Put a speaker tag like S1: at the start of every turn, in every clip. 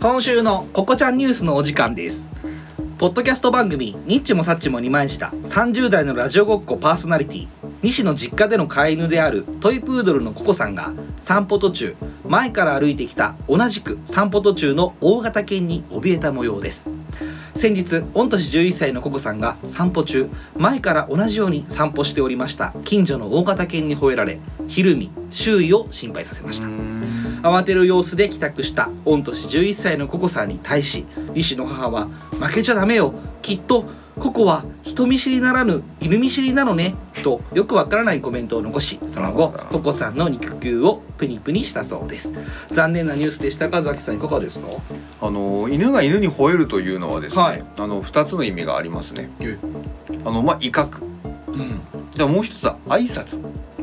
S1: 今週の「ここちゃんニュース」のお時間ですポッドキャスト番組「ニッチもサッチも二枚舌」30代のラジオごっこパーソナリティ西の実家での飼い犬であるトイプードルのココさんが散歩途中前から歩いてきた同じく散歩途中の大型犬に怯えた模様です先日御年11歳のココさんが散歩中前から同じように散歩しておりました近所の大型犬に吠えられひるみ周囲を心配させました慌てる様子で帰宅した御年11歳のココさんに対し李氏の母は「負けちゃダメよきっとココは人見知りならぬ犬見知りなのね」とよくわからないコメントを残しその後ココさんの肉球をプニプニしたそうです残念なニュースでしたがザキさんいかがですか
S2: あの犬が犬に吠えるというのはですね、
S1: はい
S2: あの二つの意味がありますね
S1: え。
S2: あのまあ威嚇、
S1: うん
S2: でももう一つは挨拶。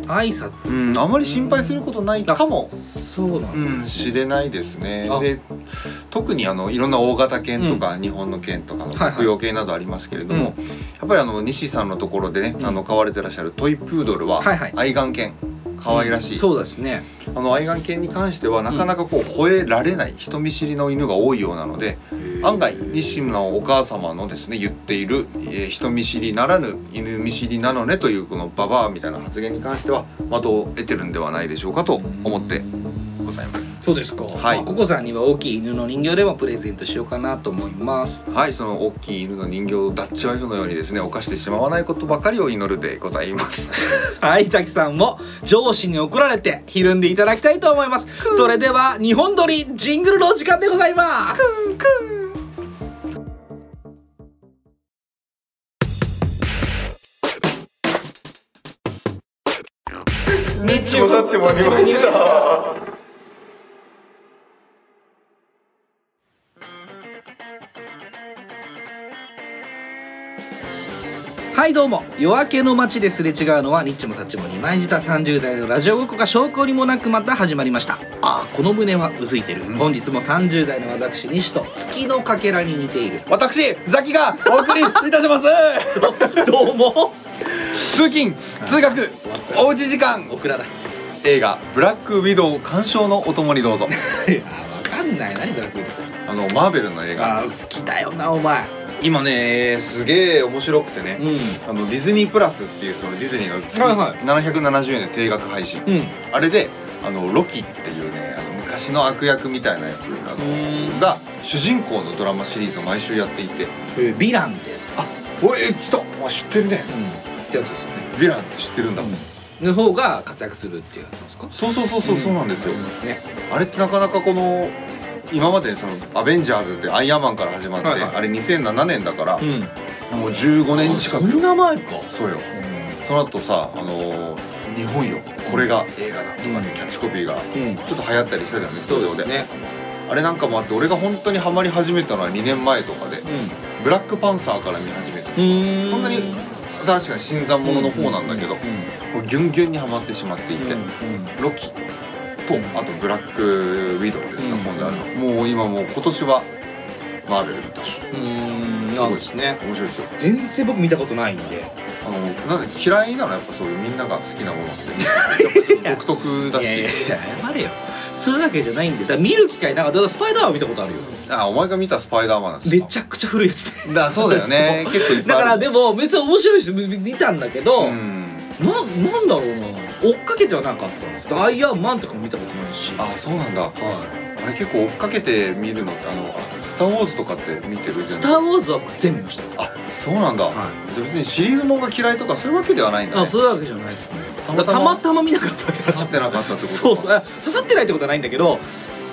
S1: 挨拶
S2: うん、あまり心配することないかも
S1: そうな
S2: うんん
S1: です、
S2: 知れないですね
S1: あ。
S2: で、特にあのいろんな大型犬とか、日本の犬とかの
S1: はいはい
S2: 牧羊犬などありますけれども、やっぱりあの西さんのところでね、
S1: うん
S2: あの飼われてらっしゃるトイプードルは
S1: はいはい
S2: 愛玩犬。可愛らしい、
S1: そうですね
S2: あの愛玩犬に関してはなかなかこう吠えられない人見知りの犬が多いようなので、案外西村のお母様のですね言っている、えー人見知りならぬ犬見知りなのねというこのババアみたいな発言に関しては的を得てるんではないでしょうかと思ってございます。
S1: そうですか、
S2: はい
S1: まあココさんには大きい犬の人形でもプレゼントしようかなと思います
S2: はい、その大きい犬の人形をダッチワイフのようにですね犯してしまわないことばかりを祈るでございます。
S1: はいザキさんも上司に怒られてひるんでいただきたいと思いますそれでは日本撮りジングルのお時間でございます
S2: ニッチもサッチもありました。
S1: はいどうも夜明けの街ですれ違うのはニッチもサッチも二枚舌30代のラジオごっこが証拠にもなくまた始まりましたああこの胸はうずいてる、本日も30代の私西と月のかけらに似ている
S2: 私ザキがお送りいたします。
S1: どうも
S2: 通勤通学おうち時間
S1: オクラだ
S2: 映画ブラックウィドウ鑑賞のお供にどうぞ。
S1: いやわかんない何ブラックウィドウ
S2: あのマーベルの映画。
S1: あー好きだよなお前
S2: 今ねすげえ面白くてね、
S1: ん
S2: あのディズニープラスっていうそのディズニーの月
S1: はいはい
S2: 770円で定額配信、
S1: うん
S2: あれであのロキっていうねあの昔の悪役みたいなやつあのが主人公のドラマシリーズを毎週やっていて
S1: ヴィランってやつ
S2: あおい来たあ知ってるね
S1: うんってやつですよね
S2: ヴィランって知ってるんだもん、
S1: の方が活躍するっていうやつなんですか
S2: そうそうそうそうそうなんですよ、
S1: ありますね
S2: あれってなかなかこの今までその「アベンジャーズ」ってアイアンマンから始まって、
S1: はいはい
S2: あれ2007年だから、
S1: ん
S2: もう15年近くよ
S1: な前か
S2: そうよその後さ、あのー日本よこれが映画だとかね、
S1: うん
S2: キャッチコピーがち
S1: うん、うん、
S2: ょっと流行ったりしたじゃんネッ
S1: そ
S2: ト
S1: う
S2: 上
S1: で
S2: です
S1: ね
S2: あれなんかもあって俺が本当にハマり始めたのは2年前とかで
S1: う
S2: ブラックパンサーから見始めた
S1: ん
S2: そんなに確かに新参者の方なんだけど、
S1: うん
S2: もうギュンギュンにはまってしまっていて、ロキとあとブラックウィドウですか、
S1: うん
S2: 今度あるのもう今もう今年はマーベルの年
S1: うんうんうん
S2: す
S1: な
S2: ご
S1: ん
S2: い
S1: ですね
S2: 面白いですよ
S1: 全然僕見たことないんで
S2: あのなんで嫌いなのやっぱそういうみんなが好きなものって 独特だし
S1: 謝れよそれだけじゃないんでだから見る機会なんかっただからスパイダーは見たことあるよ
S2: あお前が見たスパイダーマンなんです
S1: め
S2: か
S1: ちゃくちゃ古いやつで
S2: だそうだよね結構いっぱ
S1: だ
S2: いあ
S1: か
S2: る
S1: らでも別に面白いし見見たんだけど、
S2: うん
S1: ななんだろうな追っかけてはなかったんですアイアンマンとかも見たことないし
S2: あそうなんだ
S1: は
S2: あれ結構追っかけて見るのってあのあスター・ウォーズとかって見てる
S1: い「
S2: じゃん
S1: スター・ウォーズ」は全部見ました
S2: あそうなんだ、
S1: は
S2: で別にシリーズもんが嫌いとかそういうわけではないんだ、ね、
S1: あそういうわけじゃないですね
S2: た
S1: た
S2: ま
S1: ま
S2: た
S1: た
S2: ま
S1: ま見なかったわけだ
S2: 刺さってなかったってことか
S1: そうそうあ刺さってないってことはないんだけど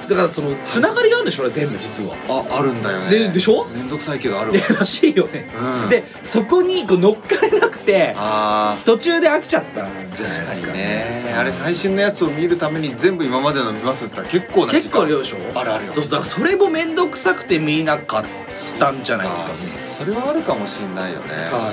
S1: だからそのつながりがあるんでしょあれ全部実は
S2: ああるんだよね
S1: ででしょ
S2: めんどくさいけどあるわ
S1: で、らしいよね、
S2: うん、
S1: でそこにこう乗っかれなくて
S2: あ
S1: 途中で飽きちゃったん
S2: ー
S1: じゃないで
S2: 確か
S1: す
S2: に
S1: か
S2: ねあれ最新のやつを見るために全部今までの見ますって言ったら結構な時間
S1: 結構量でしょ
S2: あるあるよ
S1: そうだからそれも面倒くさくて見なかったんじゃないですかね
S2: あそれはあるかもしんないよね、
S1: は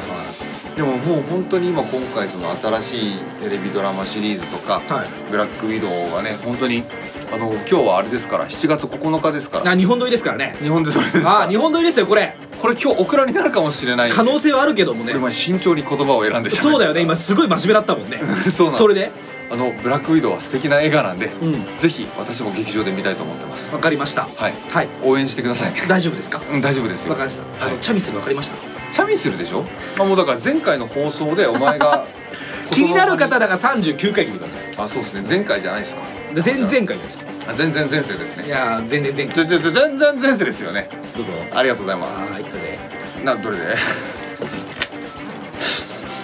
S2: でももう本当に今今回その新しいテレビドラマシリーズとか
S1: いはいはい
S2: ブラックウィドウがね本当にあの今日はあれですから7月9日ですから
S1: あ日本撮りですから ね
S2: 日本でそれですから
S1: あ日本撮りですよこれ
S2: これ今日オクラになるかもしれない
S1: 可能性はあるけども
S2: こ
S1: ね
S2: れ前慎重に言葉を選んでしまった
S1: そうだよね今すごい真面目だったもんね
S2: そうなの
S1: それで
S2: ああのブラックウィドウは素敵な映画なんで
S1: うん
S2: ぜひ私も劇場で見たいと思ってます
S1: わかりました
S2: はい
S1: はい
S2: 応援してくださいね
S1: 大丈夫ですか
S2: うん大丈夫ですよ
S1: わかりましたあ
S2: は
S1: の
S2: い
S1: チャミスルわかりました
S2: チャミするでしょあもうだから前回の放送でお前が
S1: 気になる方だから39回聞いてください
S2: あそうですね前回じゃないですか
S1: で前々回じゃないですか
S2: あ全然前世です
S1: い
S2: ね
S1: やー全然前
S2: 全
S1: 回
S2: 然全然前世ですよね
S1: どうぞ
S2: ありがとうござい
S1: あ
S2: ま
S1: ーいったね
S2: すなどれで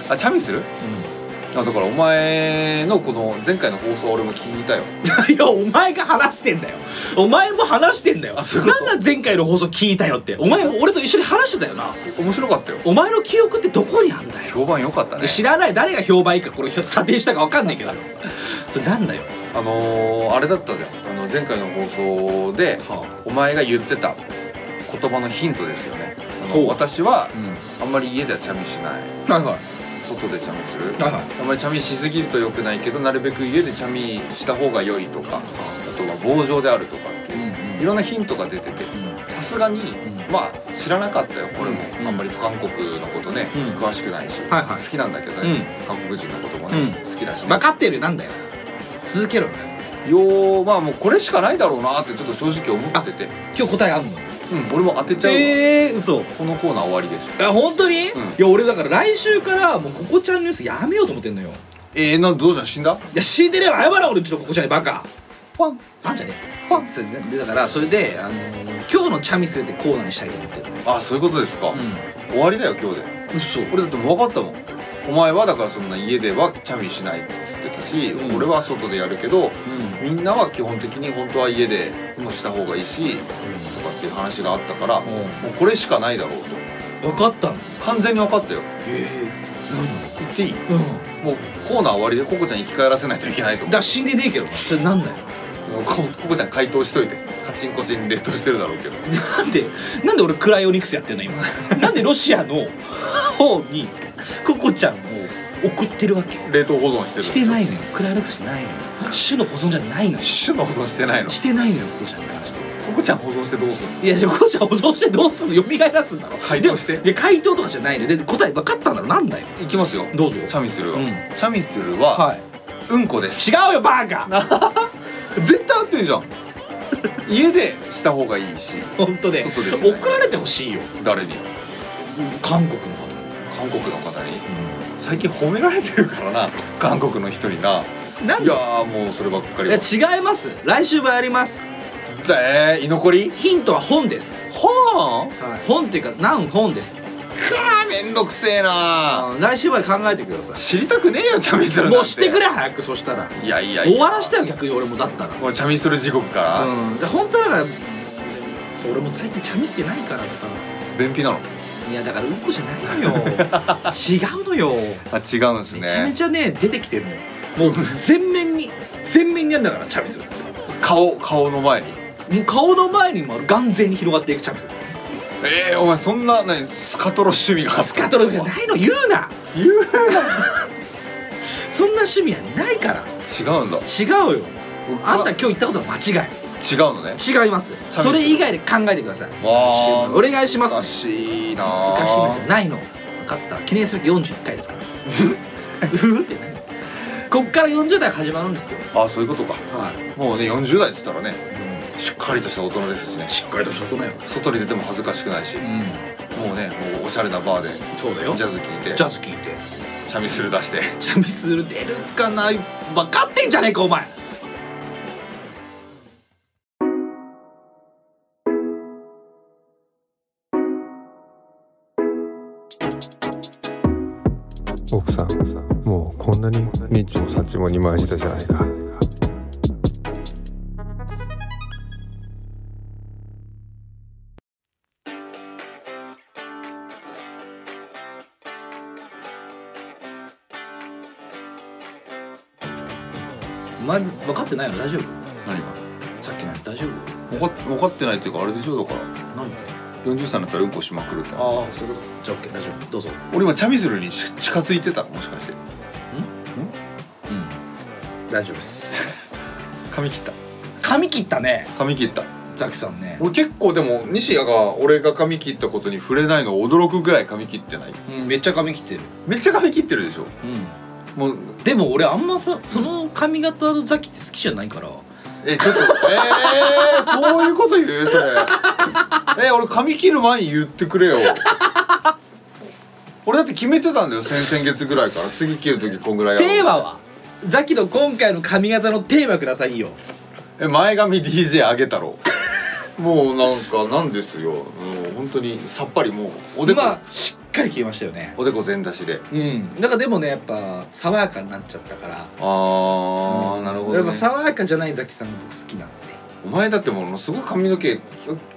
S2: あチャミする
S1: う
S2: あだからお前のこの前回の放送俺も聞いたよ
S1: ん いやお前が話してんだよお前も話してんだよ
S2: あそういうこと
S1: なんだ前回の放送聞いたよってお前も俺と一緒に話してたよな
S2: 面白かったよ
S1: お前の記憶ってどこにあんだよ
S2: 評判良かったね
S1: 知らない誰が評判いいかこれ査定したか分かんないけ どそれなんだよ、
S2: あのー、あれだったじゃんあの前回の放送でお前が言ってた言葉のヒントですよねあ
S1: ほう
S2: の私は
S1: うん
S2: あんまり家ではチャミしない
S1: はいはい
S2: 外でチャミする
S1: はいはい
S2: あんまりチャミしすぎると良くないけどなるべく家でチャミした方が良いとかあとは棒状であるとか
S1: うん
S2: いろんなヒントが出ててさすがに
S1: ん
S2: まあ知らなかったよ俺も
S1: うん
S2: あんまり韓国のことね
S1: うん
S2: 詳しくないし
S1: はいはい
S2: 好きなんだけど
S1: うん
S2: ね韓国人のこともね好きだしね
S1: 分かってるよなんだよ続けろよ
S2: ようまあもうこれしかないだろうなってちょっと正直思ってて
S1: 今日答えあんの
S2: うん俺も当てちゃうわ
S1: ええー、嘘
S2: このコーナー終わりです
S1: あ本当に、
S2: うん
S1: いや俺だから来週からもうここちゃんニュースやめようと思ってんのよ
S2: えー、なんどうした死んだ
S1: いや死んでねえわ謝ろ俺ちょっとここちゃんにバカ
S2: パン
S1: あんじゃねえ
S2: あ
S1: そうですねでだからそれで、あのー今日のチャミスルってコーナーにしたいと思ってる
S2: あそういうことですか、終わりだよ今日で
S1: うん嘘
S2: 俺だってもう分かったもんお前はだからそんな家ではチャミしないっつってたし、
S1: うん
S2: 俺は外でやるけど
S1: う
S2: みんなは基本的に本当は家でもした方がいいしとかっていう話があったからも
S1: ん
S2: うこれしかないだろうと
S1: 分かったの
S2: 完全に分かったよ
S1: え
S2: 言っていい
S1: えうん
S2: もうコーナー終わりでココちゃん生き返らせないといけないと
S1: だ
S2: 思
S1: から死んでねえけどなそれなんだよ
S2: うもうコココちゃん解凍しといてカチンコチン冷凍してるだろうけど
S1: なんでなんで俺クライオニクスやってんの今なんでロシアの方にココちゃんを送ってるわけ
S2: 冷凍保存してる
S1: してないいのよクライオニクスじゃないのよ種の保存じゃないのよし
S2: 種の保存してないの
S1: てないのよココちゃんに関して
S2: ココちゃん保存してどうすんの
S1: いやじゃあココちゃん保存してどうすんの蘇らすんだろ
S2: 解凍して
S1: でもいや解凍とかじゃないのよで答え分かったんだろなんだよ
S2: いきますよ
S1: どうぞ
S2: チャミスルは、
S1: うん
S2: チャミスルは、
S1: い
S2: うんこです
S1: 違うよバカ
S2: 絶対合ってるじゃん家でした方がいいし
S1: 本当ね
S2: 外ですね
S1: 送られてほしいよ
S2: 誰に
S1: 韓国の方
S2: 韓国の方に最近褒められてるからな韓国の人にな
S1: なん
S2: い
S1: で
S2: やーもうそればっか
S1: い
S2: り
S1: や
S2: は
S1: 違います来週もやります
S2: えー、居残り
S1: ヒントは本です、
S2: はあ
S1: 本っていうか何本です
S2: くらめんどくせえな
S1: あ来週まで考えてくださ
S2: 知りたくねえよチャミスルなん
S1: い
S2: て
S1: もうしてくれ早くそしたら
S2: いやいやいや
S1: 終わらしてよ逆に俺もだったら
S2: もうチャミスル地獄から、
S1: うんで本当はだからそう俺も最近ちゃみってないからさ
S2: 便秘なの
S1: いやだからうんこじゃないのよ違うのよ
S2: あ違うんです
S1: めちゃめ
S2: ね
S1: ちゃね出てきてるのよもう全面に全面にやるんだからチャミするんですよ
S2: 顔顔の前に
S1: もう顔の前にも眼前に広がっていくチャミするんですよ
S2: えー、お前そんな何スカトロ趣味が
S1: スカトロじゃないの言うな
S2: 言う
S1: そんな趣味はないから
S2: 違うんだ
S1: 違うよあんた今日言ったことは間違
S2: 違うのね
S1: い違います
S2: す
S1: それ以外で考えてください
S2: わー
S1: お願いします
S2: 難しいなー
S1: 難しいなじゃないの分かった記念すべき41回ですからうふって何こっから40代が始まるんですよ
S2: あそういうことか
S1: はい、
S2: もうね40代っつったらねしっかりとした大人ですしね
S1: しっかりとした大人よ
S2: 外に出ても恥ずかしくないし
S1: うん
S2: もうねもうおしゃれなバーで
S1: そうだよ
S2: ジ
S1: ジ
S2: ャズ聴いて
S1: ャズ聞いて
S2: チャミスル出して
S1: チャミスル出るかな分かってんじゃねえかお前
S3: 奥さんもうこんなにニッチもサッチも二枚したじゃないか
S1: お前分かってないの大丈夫
S2: 何が
S1: さっきのやつ大丈夫
S2: 分かっ分かってないっていうかあれでしょだから
S1: 何
S2: 40歳になったらうんこしまくるって
S1: ああそういうことじゃあ OK 大丈夫どうぞ
S2: 俺今チャミスルにし近づいてたもしかして
S1: うん大丈夫です
S2: 髪切った
S1: 髪切ったね
S2: 髪切った
S1: ザキさんね
S2: 俺結構でも西矢が俺が髪切ったことに触れないの驚くぐらい髪切ってない
S1: うんめっちゃ髪切ってる
S2: めっちゃ髪切ってるでしょ
S1: うん
S2: もう
S1: でも俺あんまさその髪型のザキって好きじゃないから
S2: えちょっとえー、そういうこと言うそれえ俺髪切る前に言ってくれよ俺だって決めてたんだよ先々月ぐらいから次切る時こんぐらいやろう
S1: テーマはザキの今回の髪型のテーマくださいよ
S2: え前髪 DJ あげたろもうなんかなんですよもう本当にさっぱりもうおでこ、
S1: まあしっかり消えましたよね
S2: おでこ全出しで
S1: うんなんかでもねやっぱ爽やかになっちゃったから
S2: あー、
S1: うん
S2: なるほ
S1: や
S2: ど、
S1: っぱ、
S2: ね
S1: 爽やかじゃないザキさんが僕好きなんで
S2: お前だってものすごい髪の毛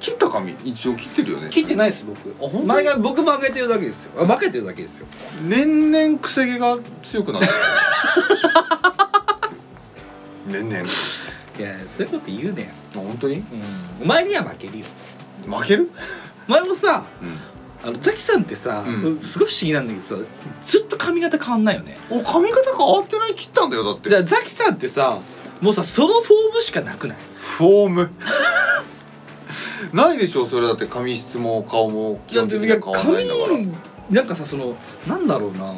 S2: 切った髪一応切ってるよね
S1: 切ってないです僕
S2: 本当に
S1: 前髪僕曲げてるだけですよあ曲げてるだけですよ
S2: 年々くせ毛が強くなってる 年々
S1: いやそういうこと言うね
S2: あ本当に
S1: ん、お前には負けるよ
S2: 負ける、
S1: お前もさ
S2: うん、
S1: あのザキさんってさ、
S2: うん
S1: すごい不思議なんだけどさずっと髪型変わんないよね
S2: お髪型変わってない切ったんだよだっ
S1: だか
S2: て
S1: らザキさんってさもうさそのフォームしかなくない
S2: フォームないでしょそれだって髪質も顔も基本的には変わらないんだから
S1: 髪なんかさそのなんだろうな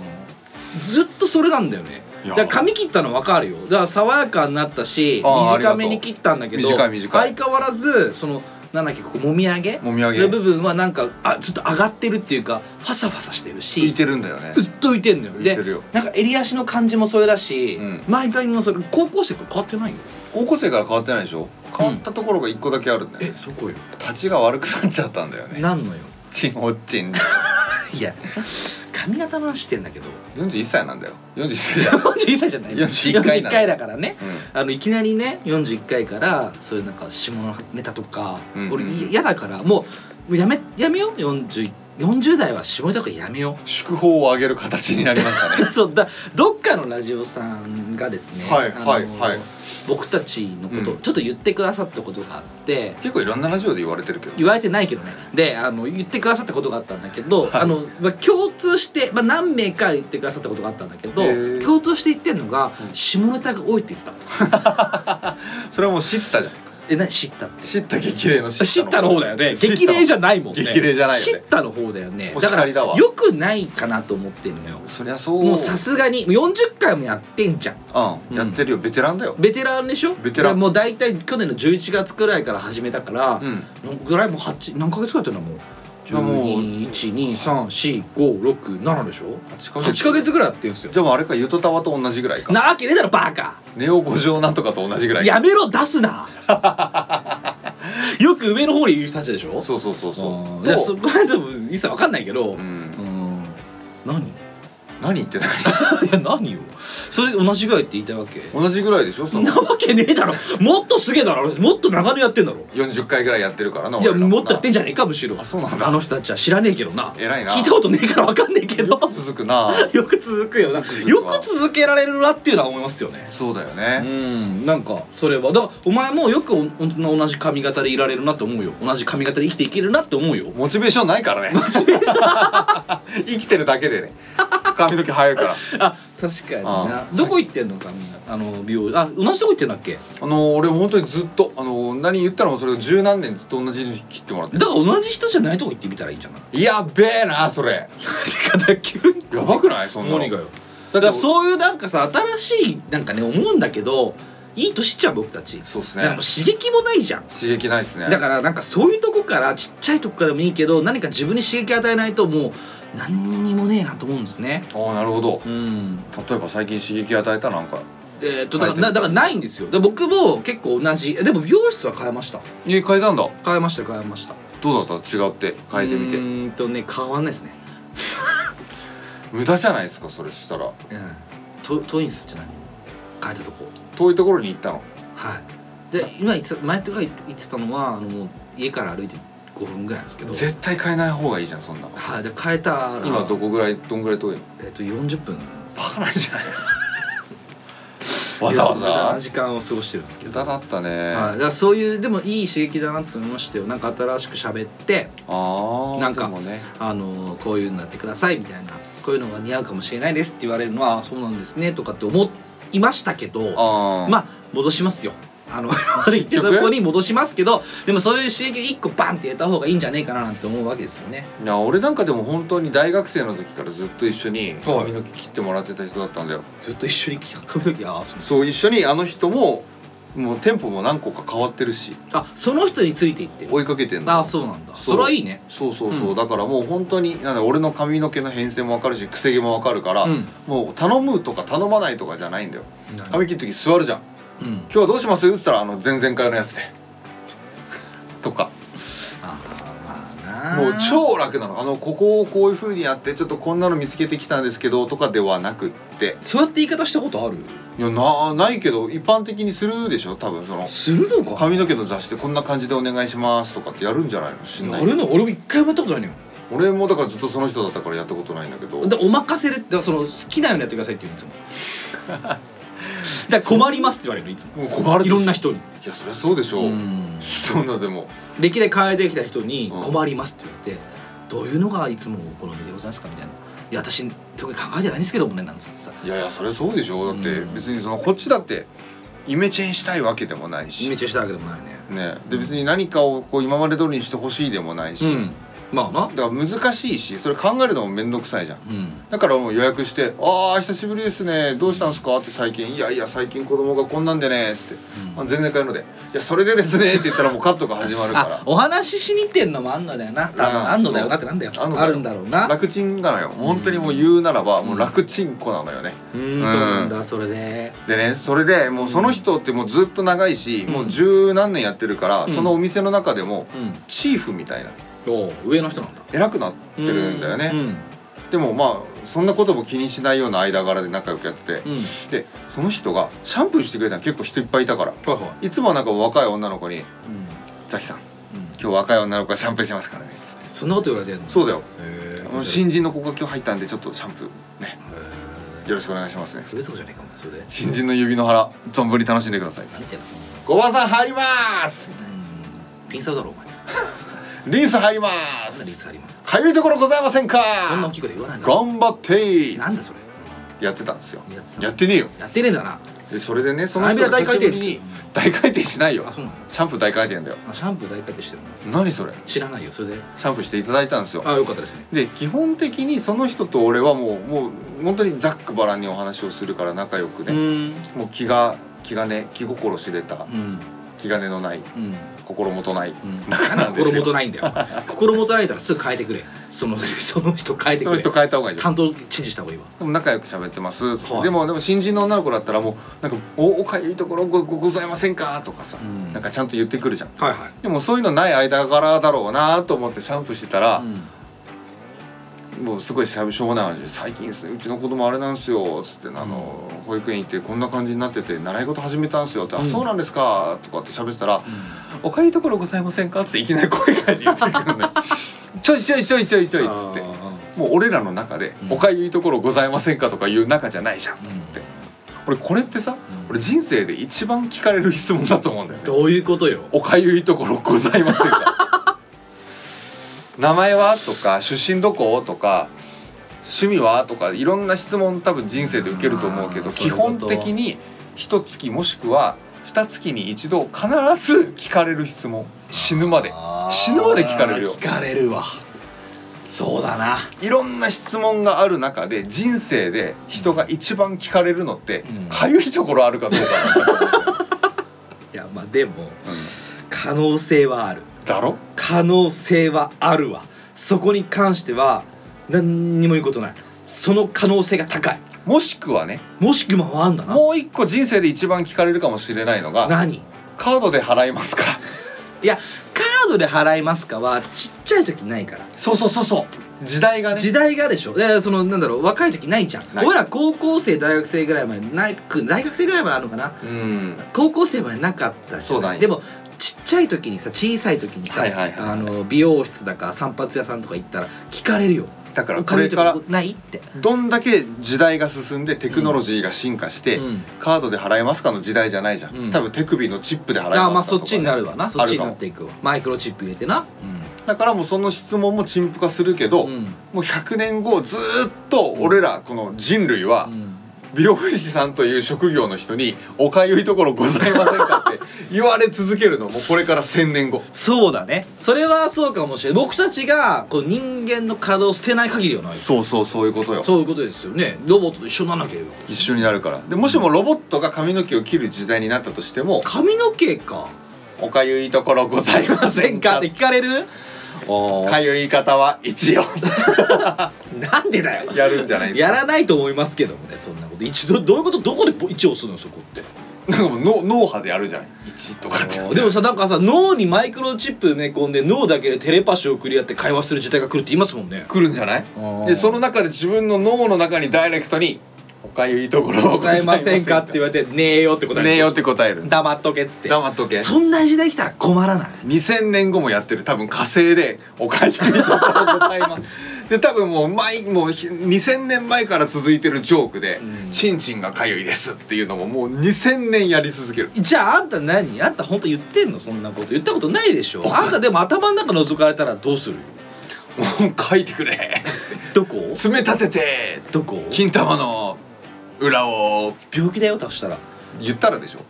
S1: ずっとそれなんだよね
S2: いや
S1: だから髪切ったの分かるよだから爽やかになったし
S2: あーあり
S1: 短
S2: がとう
S1: めに切ったんだけど
S2: 短い短い
S1: 相変わらずそのなんだっけここもみあげ
S2: もみあげ
S1: の部分はなんかあちょっと上がってるっていうかファサファサしてる
S2: 浮い
S1: して
S2: るんだよね
S1: ずっと浮いてんのよ
S2: 浮いて
S1: で
S2: るよ
S1: なんか襟足の感じもそれだし、
S2: うん
S1: 前髪もそれ高校生と変わってないよ
S2: 高校生から変わってないでしょ変わったところが一個だけあるんだよ、ね
S1: どこよ
S2: 立ちが悪くなっちゃったんだよね
S1: なんのよ
S2: チンおっちん
S1: いや髪型の話してんだけ ど
S2: 41歳なんだよ41歳じゃん、
S1: 41歳じゃない
S2: 41回なの
S1: 41回だからね
S2: うん
S1: あのいきなりね41回からそういうなんか下のネタとか、
S2: うんうん
S1: 俺い嫌だからもうもうやめやめよう 40, 40代は下ネタとかやめよ
S2: 祝砲を上げる形になりましたね
S1: う そうだどっかのラジオさんがですね、
S2: はい
S1: あの
S2: はいはい
S1: 僕たちのことを
S2: うん
S1: ちょっと言ってくださったことがあって、
S2: 結構いろんなラジオで言われてるけど
S1: 言われてないけどねであの言ってくださったことがあったんだけど、
S2: はい
S1: あのまあ、共通して、まあ、何名か言ってくださったことがあったんだけど
S2: へー
S1: 共通して言ってんのが
S2: うん
S1: 下ネタが多いって言ってた
S2: それはもう知ったじゃん
S1: え何知ったって
S2: 知った激励の
S1: 知ったの方だよね
S2: 知った
S1: 激励じゃないもんね
S2: 激励じゃないよね
S1: 知ったの方だよね
S2: お
S1: だから
S2: 叱りだわ
S1: よくないかなと思ってんのよ
S2: そりゃそう
S1: もうさすがにもう40回もやってんじゃん
S2: うんやってるよベテランだよ
S1: ベテランでしょ
S2: ベテラン
S1: いやもう大体去年の11月くらいから始めたから
S2: う、ん
S1: なんぐらいもう8何ヶ月くらいやってんだもう
S2: じゃあもう
S1: 123456でしょ
S2: 8
S1: 8ヶ月ぐらいやってるんですよ
S2: じゃあもうあれかゆとたわと同じぐらいか
S1: なわけねえだろバカ
S2: ネオ五条なんとかと同じぐらい
S1: やめろ出す なよく上の方にいる人たちでしょ
S2: そうそうそうそ
S1: ん
S2: う
S1: いや
S2: と
S1: そこはでも一切わかんないけど、う、
S2: うんん
S1: 何 い
S2: 何言ってない
S1: や何よそれ同じぐらいって言いたいわけ
S2: 同じぐらいでしょその
S1: なわけねえだろもっとすげえだろもっと長年やってんだろ
S2: 40回ぐらいやってるからない俺
S1: や
S2: ら
S1: もっとやってん
S2: じ
S1: じゃねえかむしろ
S2: あそうなんだ
S1: あの人たちは知らねえけどな
S2: 偉いな
S1: 聞いたことねえからわかんねえけど
S2: 続くな
S1: よく続くよな
S2: よく続く
S1: よ
S2: わ
S1: く続けられるなっていうのは思いますよね
S2: そうだよ
S1: う
S2: ね
S1: んなんかそれはだからお前もよくおお同じ髪型でいられるなって思うよ同じ髪型で生きていけるなって思う よ
S2: モチベーションないから ね生きてるだけでね髪の毛生えるから
S1: あ確かにな
S2: あ
S1: どこ行ってんの髪型あの美容あ同じとこ行ってんだっけ
S2: あの俺本当にずっとあの何言ったらもうそれを十何年ずっと同じに切ってもらって
S1: だから同じ人じゃないとこ行ってみたらいいん じゃない
S2: やっべえなそれ
S1: だから急に
S2: やばくないそんなの
S1: 何がよだか
S2: だか
S1: らら
S2: そう
S1: そういうなんかさ新しいなんかね思うんだけどいい年じゃん僕たち、
S2: そうっす
S1: なんか
S2: ね
S1: もう刺激もないじゃん
S2: 刺激ないっすね
S1: だからなんかそういうとこからちっちゃいとこからでもいいけど何か自分に刺激与えないともう何にもねえなと思うんですね。
S2: ああなるほど
S1: うん、
S2: 例えば最近刺激与えたなんか
S1: えーっとだからなだからないんですよ。で僕も結構同じえでも美容室は変えました
S2: え変えたんだ
S1: 変えました変えました
S2: どうだった違うって変えてみ
S1: う
S2: て
S1: ーんとね変わんないですね。
S2: 無駄じゃないですかそれしたら
S1: うん、トトインスじゃない変えたとこ
S2: 遠いところに行ったの
S1: はい。で今言ってた前とか言って言ってたのはあの家から歩いて5分ぐらいなんですけど。
S2: 絶対変えない方がいいじゃんそんなの
S1: はい、で変えたら
S2: 今どこぐらいどんぐらい遠いの
S1: えーっと40分
S2: バカなんじゃないわざわざ
S1: な時間を過ごしてるんですけ
S2: 無
S1: ど
S2: 駄だったね、
S1: はい、だからそういうでもいい刺激だなと思いましたよなんか新しく喋って
S2: ああ
S1: なんか
S2: でもね
S1: あのーこういうのやってくださいみたいなこういうのが似合うかもしれないですって言われるのはあそうなんですねとかって思いましたけど
S2: ああ
S1: まあ戻しますよあ の今まで言ってたとこに戻しますけどでもそういう刺激一個バンってやった方がいいんじゃねえかななんて思うわけですよね。
S2: いや俺なんかでも本当に大学生の時からずっと一緒に髪の毛切ってもらってた人だったんだよ、
S1: ずっと一緒に髪の毛あそう
S2: そう一緒にあの人ももう店舗も何個か変わってるし
S1: あその人についていってる
S2: 追いかけてんの
S1: あそうなんだそ
S2: そう
S1: れはいいね。
S2: そうそうそう、
S1: うん
S2: だからもう本当になんだ俺の髪の毛の編成もわかるしくせ毛もわかるから、
S1: うん
S2: もう頼むとか頼まないとかじゃないんだよ髪切る時座るじゃん
S1: うん
S2: 「今日はどうします?」って言ったら「あの前々回のやつで」 とか
S1: あーまあな
S2: もう超楽なのあのここをこういう風にやってちょっとこんなの見つけてきたんですけどとかではなくって
S1: そうやって言い方したことある
S2: いやなないけど一般的にするでしょ多分その
S1: するのか
S2: 髪の毛の雑誌でこんな感じでお願いしますとかってやるんじゃないのしんな
S1: や
S2: い
S1: るの俺も一回もやったことないのよ
S2: 俺もだからずっとその人だったからやったことないんだけど
S1: でお任せでだからその好きなようにやってくださいって言うんですよだから困りますって言われるいつも
S2: もう困る
S1: いろんな人に
S2: いやそりゃそうでしょ、
S1: うん
S2: そんなでも
S1: 歴代変えてきた人に
S2: うん
S1: 困りますって言って、どういうのがいつもお好みでございますかみたいな「いや私特に考えてないんですけどもね」なんつってさ
S2: いやいやそりゃそうでしょだって
S1: うん
S2: 別にそのこっちだってイメチェンしたいわけでもない
S1: イ
S2: し
S1: メ、チェンしたわけでもないね
S2: ね、で別に何かをこう今まで通りにしてほしいでもないし、
S1: うんまあな
S2: だから難しいしそれ考えるのも面倒くさいじゃん
S1: うん
S2: だからもう予約して「ああ久しぶりですねどうしたんですか?」って最近「いやいや最近子供がこんなんでね」っつって「あ全然買えるので「いやそれでですね」って言ったらもうカットが始まる
S1: あ
S2: か
S1: お話ししに行ってんのもあんのだよな多分
S2: うん
S1: あんのだよなってなんだよ
S2: そうあんのだ
S1: あ
S2: よ
S1: るんだろうな
S2: ら楽ちんなのよ本当にもう言うならばもう楽ちん子なのよね
S1: うんそうなんだそれで
S2: でねそれでもうその人ってもうずっと長いし、
S1: うん
S2: もう十何年やってるから、
S1: うん
S2: そのお店の中でも
S1: うん
S2: チーフみたいな
S1: おう上の人なんだ
S2: 偉くなってるんだよね、
S1: うん
S2: でもまあそんなことも気にしないような間柄で仲良くやって
S1: うんうん
S2: てでその人がシャンプーしてくれたの結構人いっぱいいたから
S1: はいはい
S2: つもはなんか若い女の子に
S1: いうん
S2: 「ザキさん今日若い女の子がシャンプーしますからね」っつって
S1: そんなこと言われてんの
S2: そうだよ
S1: へ
S2: あの
S1: え
S2: 新人の子が今日入ったんでちょっとシャンプーねよろしくお願いしますね
S1: それそうじゃねえかもそれで
S2: 新人の指の腹存分に楽しんでください
S1: 見てな
S2: 5番さん入ります
S1: うんピンサウだろお前
S2: リンス入りま
S1: そんなリ
S2: す
S1: スあります
S2: かゆいところございませんか
S1: そんな大きい声で言わないんだ
S2: 頑張って
S1: なんだそれ
S2: やってたんですよ
S1: やつ
S2: やってねえよ
S1: やってねえんだな
S2: でそれでねその
S1: アイビラ大回転っつ
S2: 久し
S1: っ
S2: ぶり
S1: て
S2: に大回転しないよ
S1: あそうなの
S2: シャンプー大回転だよ
S1: あシャンプー大回転してるの
S2: 何それ
S1: 知らないよそれで
S2: シャンプーしていただいたんですよ
S1: あよかったですね
S2: で基本的にその人と俺はもうもう本当にざっくばらんにお話をするから仲良く
S1: う
S2: ね、
S1: ん
S2: もう気が気がね気心知れた
S1: うん
S2: 気兼ねのない
S1: うん
S2: 心もと ない
S1: うん
S2: 仲なんで
S1: 心
S2: す
S1: も
S2: よ
S1: とないんだよ心もとないからすぐ変えてくれそのその人変えてく
S2: その
S1: れ
S2: 人変えた方がいいよ
S1: 担当チェンジした方がいいわ
S2: でも仲良く喋ってます、
S1: はい
S2: でもでも新人の女の子だったらもうなんか「おおかゆいところごごございませんか?」とかさ、
S1: うん
S2: なんかちゃんと言ってくるじゃん
S1: はいはい
S2: でもそういうのない間柄だろうなと思ってシャンプーしてたら、もうすごいしゃべしょうもない話で「最近ですねうちの子供あれなんですよ」つって、あの保育園行ってこんな感じになってて習い事始めたんですよ」って「
S1: うん
S2: あそうなんですか」とかって喋ったら
S1: うん
S2: 「おかゆいところございませんか?」っていきなり声が言ってくるの よちょいちょいちょいちょいちょい」っつって
S1: あー
S2: もう俺らの中で
S1: う
S2: 「
S1: ん
S2: おかゆいところございませんか?」とかいう仲じゃないじゃん
S1: うん
S2: て俺これってさ
S1: うん
S2: 俺人生で一番聞かれる質問だと思うんだよね
S1: どういうことよ
S2: おかゆいところございませんか名前はとか出身どことか趣味はとかいろんな質問多分人生で受けると思うけ
S1: あー
S2: ど
S1: そうい
S2: 基
S1: うこと
S2: 本的に一月もしくは二月に一度必ず聞かれる質問死ぬまで
S1: あー
S2: 死ぬまで聞かれるよ
S1: 聞かれるわそうだない
S2: ろんな質問がある中で人生で人が一番聞かれるのって
S1: うん
S2: かゆいところあるかどうかなんだよ
S1: いやまあでも
S2: う
S1: 可能性はある
S2: んだろ
S1: 可能性はあるわそこに関しては何にも言うことないその可能性が高い
S2: もしくはね
S1: もしくはあんだな
S2: もう一個人生で一番聞かれるかもしれないのが
S1: 何
S2: カードで払いますか
S1: カードで払いますかはちっちゃい時ないから
S2: そうそうそうそう時代がね
S1: 時代がでしょでそのなんだろう若い時ないじゃん
S2: ない
S1: 俺ら高校生大学生ぐらいまでないく大学生ぐらいまであるのかな
S2: うん
S1: 高校生までなかったじ
S2: そ
S1: ゃ
S2: うだ
S1: ない
S2: ね
S1: でもちっちゃい時にさ小さい時にさ、
S2: はいはいはい
S1: あの美容室だか散髪屋さんとか行ったら聞かれるよ
S2: だから
S1: お
S2: こ
S1: 金
S2: れ
S1: と
S2: から
S1: かないって、
S2: どんだけ時代が進んでテクノロジーが進化して、
S1: うん
S2: カードで払えますかの時代じゃないじゃん、
S1: うん
S2: 多分手首のチップで払えますか
S1: あまあそっちにな
S2: る
S1: るわな
S2: かも
S1: そっちになっていくわマイクロチップ入れてな
S2: だからもうその質問も陳腐化するけど、
S1: うん、うん
S2: もう100年後ずーっと俺らこの人類は美容師さんという職業の人に「おかゆいところございませんか?」って言われ続けるのもうこれから1,000年 後
S1: そうだねそれはそうかもしれない僕たちがこう人間の体を捨てない限りはない
S2: そうそうそういうことよ
S1: そういうことですよねロボットと一緒にならなければ
S2: 一緒になるからでもしもロボットが髪の毛を切る時代になったとしても
S1: 髪の毛 か
S2: 「おかゆいところございませ
S1: せ
S2: ん
S1: ん
S2: か
S1: かっ」て聞かれるあ
S2: かゆい方は一応
S1: あなんでだよ
S2: やるんじゃないです
S1: や
S2: から
S1: ないと思いますけどもねそんなこと一度どういうことどこでポ一応するのそこって
S2: なんかもう脳脳波でやるじゃない1とかって
S1: でもさなんかさ脳にマイクロチップ埋め込んで脳だけでテレパシーを送り合って会話する時代が来るって言いますもんね
S2: 来るんじゃない
S1: で
S2: でそ
S1: そ
S2: の
S1: の
S2: 中で自分の脳の中にダイレクトに「おかゆいところは
S1: 「答えませんか?」って言
S2: わ
S1: われて「ねえよ」って答える
S2: ねえよって答える
S1: 黙っとけっつって
S2: 黙っとけ
S1: そんな時代来たら困らない
S2: 2000年後もやってる多分火星で「おかゆいところございます」 で多分もう前もうひ2000年前から続いてるジョークで
S1: うん
S2: 「ちんちんがかゆいです」っていうのももう2000年やり続ける
S1: じゃああんた何あんた本当言ってんのそんなこと言ったことないでしょあんたでも頭の中覗かれたらどうするよ
S2: もう書いてくれ
S1: どこ
S2: 爪立てて
S1: どこ
S2: 金玉の裏を
S1: 病気だよ出したら
S2: 言ったらでしょ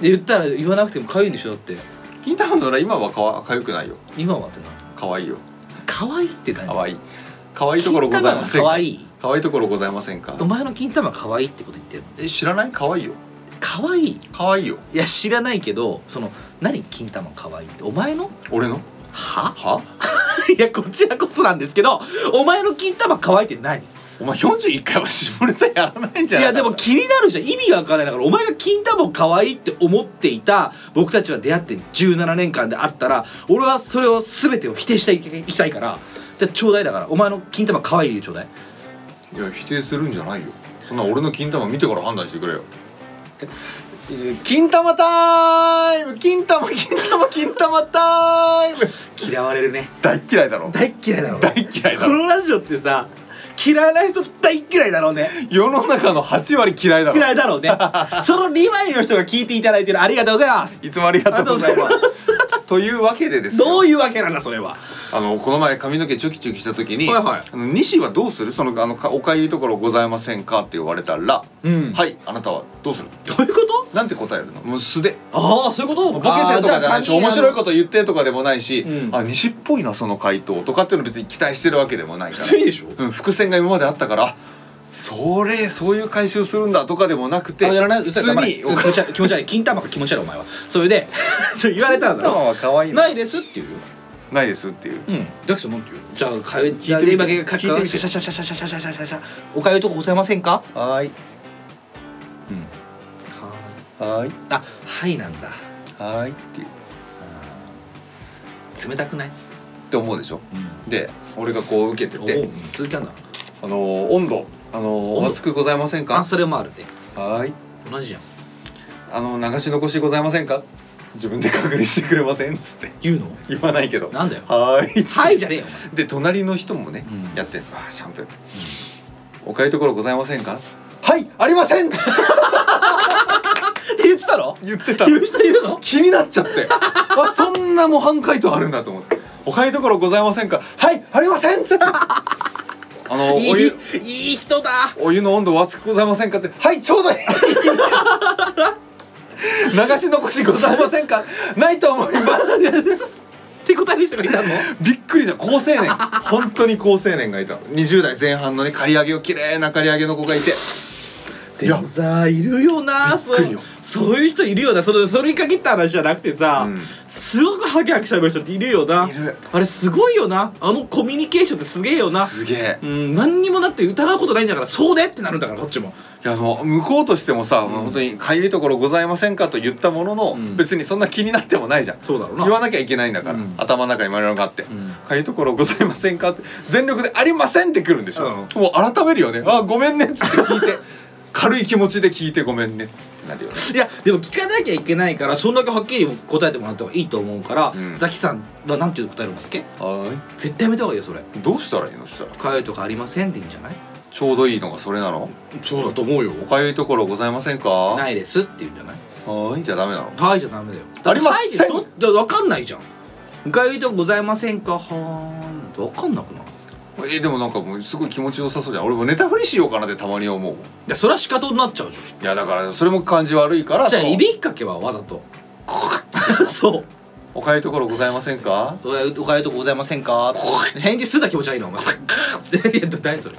S1: で言ったら言わなくてもかゆいんでしょだって
S2: 金玉の裏今はかわかゆくないよ
S1: 今はってな
S2: 可愛いよ
S1: 可愛いって何
S2: 可愛い可愛いところございませ
S1: 金玉が可
S2: んか
S1: 愛い
S2: 可愛いところございませんか
S1: お前の金玉可愛いってこと言ってるの
S2: え知らない可愛いよ
S1: 可愛いい
S2: 可愛いよ
S1: や知らないけどその何金玉可愛いってお前の
S2: 俺の
S1: は
S2: はい
S1: やこちらこそなんですけどお前の金玉可愛いって何い
S2: お前41回は絞れたやらないんじゃない
S1: やでも気になるじゃん意味がわからないだからお前が金玉を可愛いって思っていた僕たちは出会って17年間であったら俺はそれを全てを否定していきたいからじゃあちょうだいだからお前の金玉可愛いでちょうだい
S2: いや否定するんじゃないよそんな俺の金玉見てから判断してくれよ金玉タイム金玉金玉金玉タイム
S1: 嫌われるね
S2: 大嫌いだろ
S1: 大っ嫌いだろうね
S2: 大嫌いだ
S1: こ
S2: ろ
S1: のラジオってさ嫌いな人大っ嫌いだろうね
S2: 世の中の8割嫌いだろ
S1: 嫌いだろうね その2枚の人が聞いていただいてるありがとうございます
S2: いつもありがとうございます。というわけでですよ
S1: どういうわけなんだそれは
S2: あのこの前髪の毛チョキチョキした時に「
S1: はいはい
S2: あの西はどうするそのあのかおかゆいところございませんか?」って言われたら「
S1: うん
S2: はいあなたはどうする?
S1: どういうこと」
S2: なんて答えるのもう素で
S1: ああそういうこと
S2: ボケてとかじゃないし面白い
S1: と
S2: こと言ってとかでもないし、
S1: うん
S2: あ西っぽいなその回答とかっていうの別に期待してるわけでもない
S1: 普
S2: から
S1: 通にでしょ
S2: うん、伏線が今まであったからあそれそういう回収するんだとかでもなくて
S1: あやらない普
S2: 普通
S1: 通
S2: に
S1: に気持ち悪い気持ち悪い金玉が気持ち悪いお前はそれでと言われたんだ
S2: 金玉
S1: ろ
S2: は可愛いな
S1: ないですって言うよ
S2: ないですっていう
S1: うんジャックさんなんて言うじゃあかゆ
S2: いてみて
S1: 今聞
S2: 聞いてみて
S1: シャシャシャシャシャシャシャシャシャシャおかゆいとこございませんか
S2: はーい
S1: うん
S2: はーい
S1: あはいなんだ
S2: はーいっていう
S1: 冷たくない
S2: って思うでしょ
S1: うん
S2: で俺がこう受けて
S1: で
S2: て
S1: 続きあんだ
S2: 「あのー温度あのー
S1: 温
S2: お
S1: 度
S2: 熱くございませんか
S1: あそれもあるね
S2: はーい
S1: 同じじゃん
S2: あのー流し残しございませんか自分で確認してくれません」っつって
S1: 言うの
S2: 言わないけど
S1: なんだよ
S2: 「はーい」
S1: はいじゃねえよお前
S2: で隣の人もね、
S1: うん
S2: やってんのあーシャンプー、お買い所ございませんかはいありませんって
S1: って言ってたろ
S2: 言ってた
S1: 言う人いるの
S2: 気になっちゃってあそんな模範解答あるんだと思ってお買い所ございませんかはいありませんっ つってあのお
S1: い
S2: 湯
S1: いいい人だ
S2: お湯の温度は熱くございませんかってはいちょうどいい 流し残しございませんかないと思います
S1: って答える人がいたの
S2: びっくりじゃん高青年本当に高青年がいたの20代前半のね刈り上げを綺麗な刈り上げの子がいてい
S1: で
S2: や
S1: もさいるよな
S2: びっくりよ
S1: そうそういう人いるよなそれそれに限った話じゃなくてさ、
S2: うん
S1: すごくハキハキしゃべる人っているよない
S2: る
S1: あれすごいよなあのコミュニケーションってすげえよな
S2: すげえ
S1: うん何にもだって疑うことないんだからそうでってなるんだからこっちも
S2: いやもう向こうとしてもさ、
S1: ん
S2: もう本当にかゆいところございませんかと言ったものの、
S1: うん
S2: 別にそんな気になってもないじゃん
S1: そうだろうな
S2: 言わなきゃいけないんだから、
S1: うん
S2: 頭の中に丸々があって、
S1: うん
S2: かゆいところございませんかって全力で「ありません!」って来るんでしょ、
S1: う
S2: もう改めるよね「あごめんね」っつって聞いて 軽い気持ちで聞いて「ごめんね」っつってなるよね
S1: いやでも聞かなきゃいけないからそんだけはっきり答えてもらった方がいいと思うから、
S2: うん
S1: ザキさんはなんていう答えるんだっけ
S2: は
S1: 絶対やめた方がいいよそれ
S2: ーいどうしたらいいのそしたら
S1: 「かゆいとかありません」っていいんじゃない
S2: ちょうどいいのがそれなの
S1: そうだと思うよ
S2: おかゆいところございませんかは
S1: ないですって言うんじゃない
S2: ーいじゃあダメなの
S1: はいじゃダメだよ
S2: ありません
S1: はいでどだ分かんないじゃん「かゆいとこございませんか」はーん分かんなくない
S2: えーでもなんかもうすごい気持ちよさそうじゃん俺もネタフリしようかなってたまに思うもん
S1: やそれは仕方になっちゃうじ
S2: いやだからそれも感じ悪いか
S1: ゃ
S2: ら
S1: んじゃあ
S2: そ の
S1: いびきかけはわざと
S2: こう
S1: そう
S2: おかゆところございませんか
S1: おかゆおかゆとこございませんか返事すんな気持ち悪 いなお前いや誰それ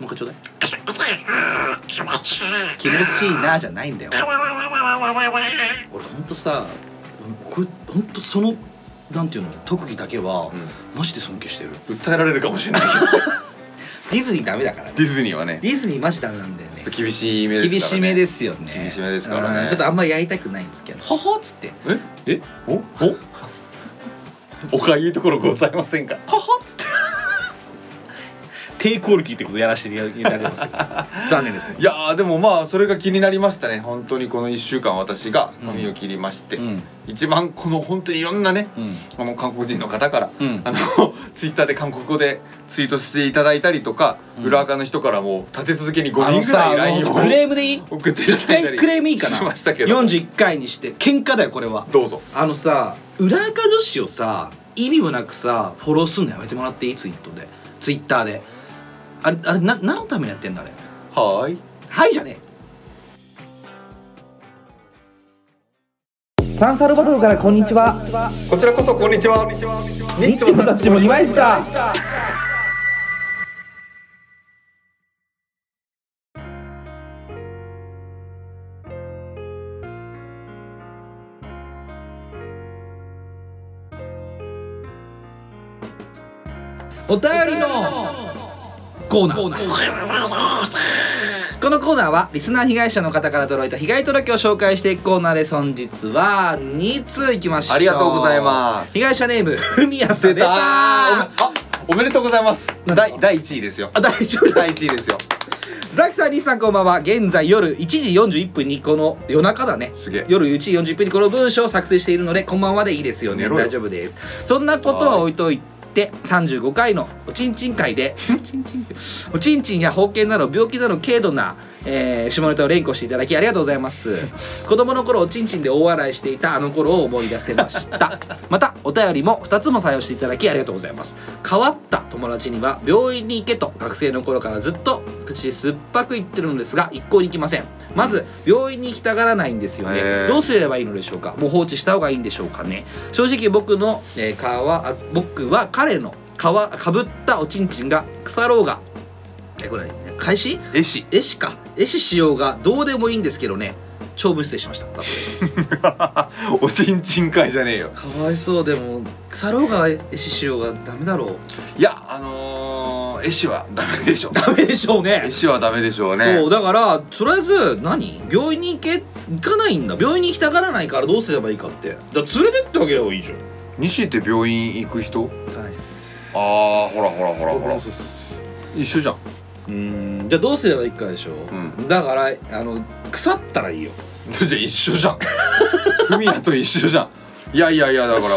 S1: もう一回ちょうだい
S2: 気持ちいい
S1: 気持ちいいなじゃないんだよ俺ほんとさこれほんとそのなんていうの特技だけは
S2: う
S1: マジで尊敬してる
S2: ん、訴えられるかもしれないけど
S1: ディズニーダメだからね
S2: ディズニーはね
S1: ディズニーマジダメなんだよね
S2: ちょっと厳しい目ですからね
S1: 厳しめですよね
S2: 厳しめですからね
S1: うんちょっとあんまやりたくないんですけどほほっつって
S2: ええお おおかゆいところございませんか
S1: ほほっつって低クオリティってことやらせていただきますけ ど残念ですけど
S2: いやーでもまあそれが気になりましたね本当にこの1週間私が髪を切りまして、
S1: うん
S2: 一番この本当にいろんなね
S1: うん
S2: この韓国人の方から
S1: うん
S2: あの ツイッターで韓国語でツイートしていただいたりとか、
S1: うん
S2: 裏垢の人からも立て続けに
S1: あ
S2: 5
S1: の
S2: 人ぐら
S1: さ
S2: い LINE
S1: も
S2: を
S1: うクレームでいい
S2: 送っていた
S1: 一
S2: だいた
S1: 回
S2: り
S1: クレームいいかな
S2: しましたけど
S1: 41回にして喧嘩だよこれは
S2: どうぞ
S1: あのさ裏垢女子をさ意味もなくさフォローすんのやめてもらっていいツイートでツイッターであれあれな何のためにやってんのあれ
S2: はーい
S1: はいじゃねサンサルバトルからこんにちは
S2: こちらこそこんにちはニッチもさん
S1: ちもいましたお便りのコーナーこのコーナーはリスナー被害者の方から届いた被害届を紹介していくコーナーです本日は2通いきましょう
S2: ありがとうございます
S1: 被害者ネームふみやさ
S2: 出
S1: ん
S2: たーお
S1: あ
S2: めあおめでとうございます
S1: なんだ
S2: 第第1位ですよ
S1: 大丈夫
S2: 第
S1: です
S2: 1位ですよ
S1: ザキさんリスさんこんばんは現在夜1時41分にこの夜中だね
S2: すげえ
S1: 夜1時41分にこの文章を作成しているのでこんばんはでいいですよね
S2: 寝ろよ
S1: 大丈夫ですそんなことは置いといて35回のおちんちん会で おちんちんおちんちんや包茎など病気など軽度な、えー下ネタを連呼していただきありがとうございます子供の頃おちんちんで大笑いしていたあの頃を思い出せました またお便りも2つも採用していただきありがとうございます変わった友達には病院に行けと学生の頃からずっと口酸っぱく言ってるのですが一向に行きませんまず病院に行きたがらないんですよ
S2: へ
S1: ね
S2: ー
S1: どうすればいいのでしょうかもう放置した方がいいんでしょうかね正直僕の、えー、かわあ僕は彼のかわかぶったおちんちんが腐ろうがえこれ開始
S2: 絵師
S1: 絵師か絵師しようがどうでもいいんですけどね長文失礼しました後です
S2: おちんちん会じゃねえよ
S1: かわいそうでも腐ろうが絵師しようがダメだろう
S2: いやあのー、絵師はダメでし ょ
S1: ダメでしょうね
S2: 絵師はダメでしょうね
S1: そうだからとりあえず何病院に行け行かないんだ病院に行きたがらないからどうすればいいかってだから連れてってあげればいいじゃん
S2: 西って病院行く人
S1: 行かないっす
S2: あーほらほらほらほら
S1: そうです
S2: 一緒じゃん
S1: うーんじゃあどうすればいいかでしょ、
S2: ん
S1: だからあの腐ったらいいよ
S2: じゃあ一緒じゃ んフミヤと一緒じゃんいやいやいやだから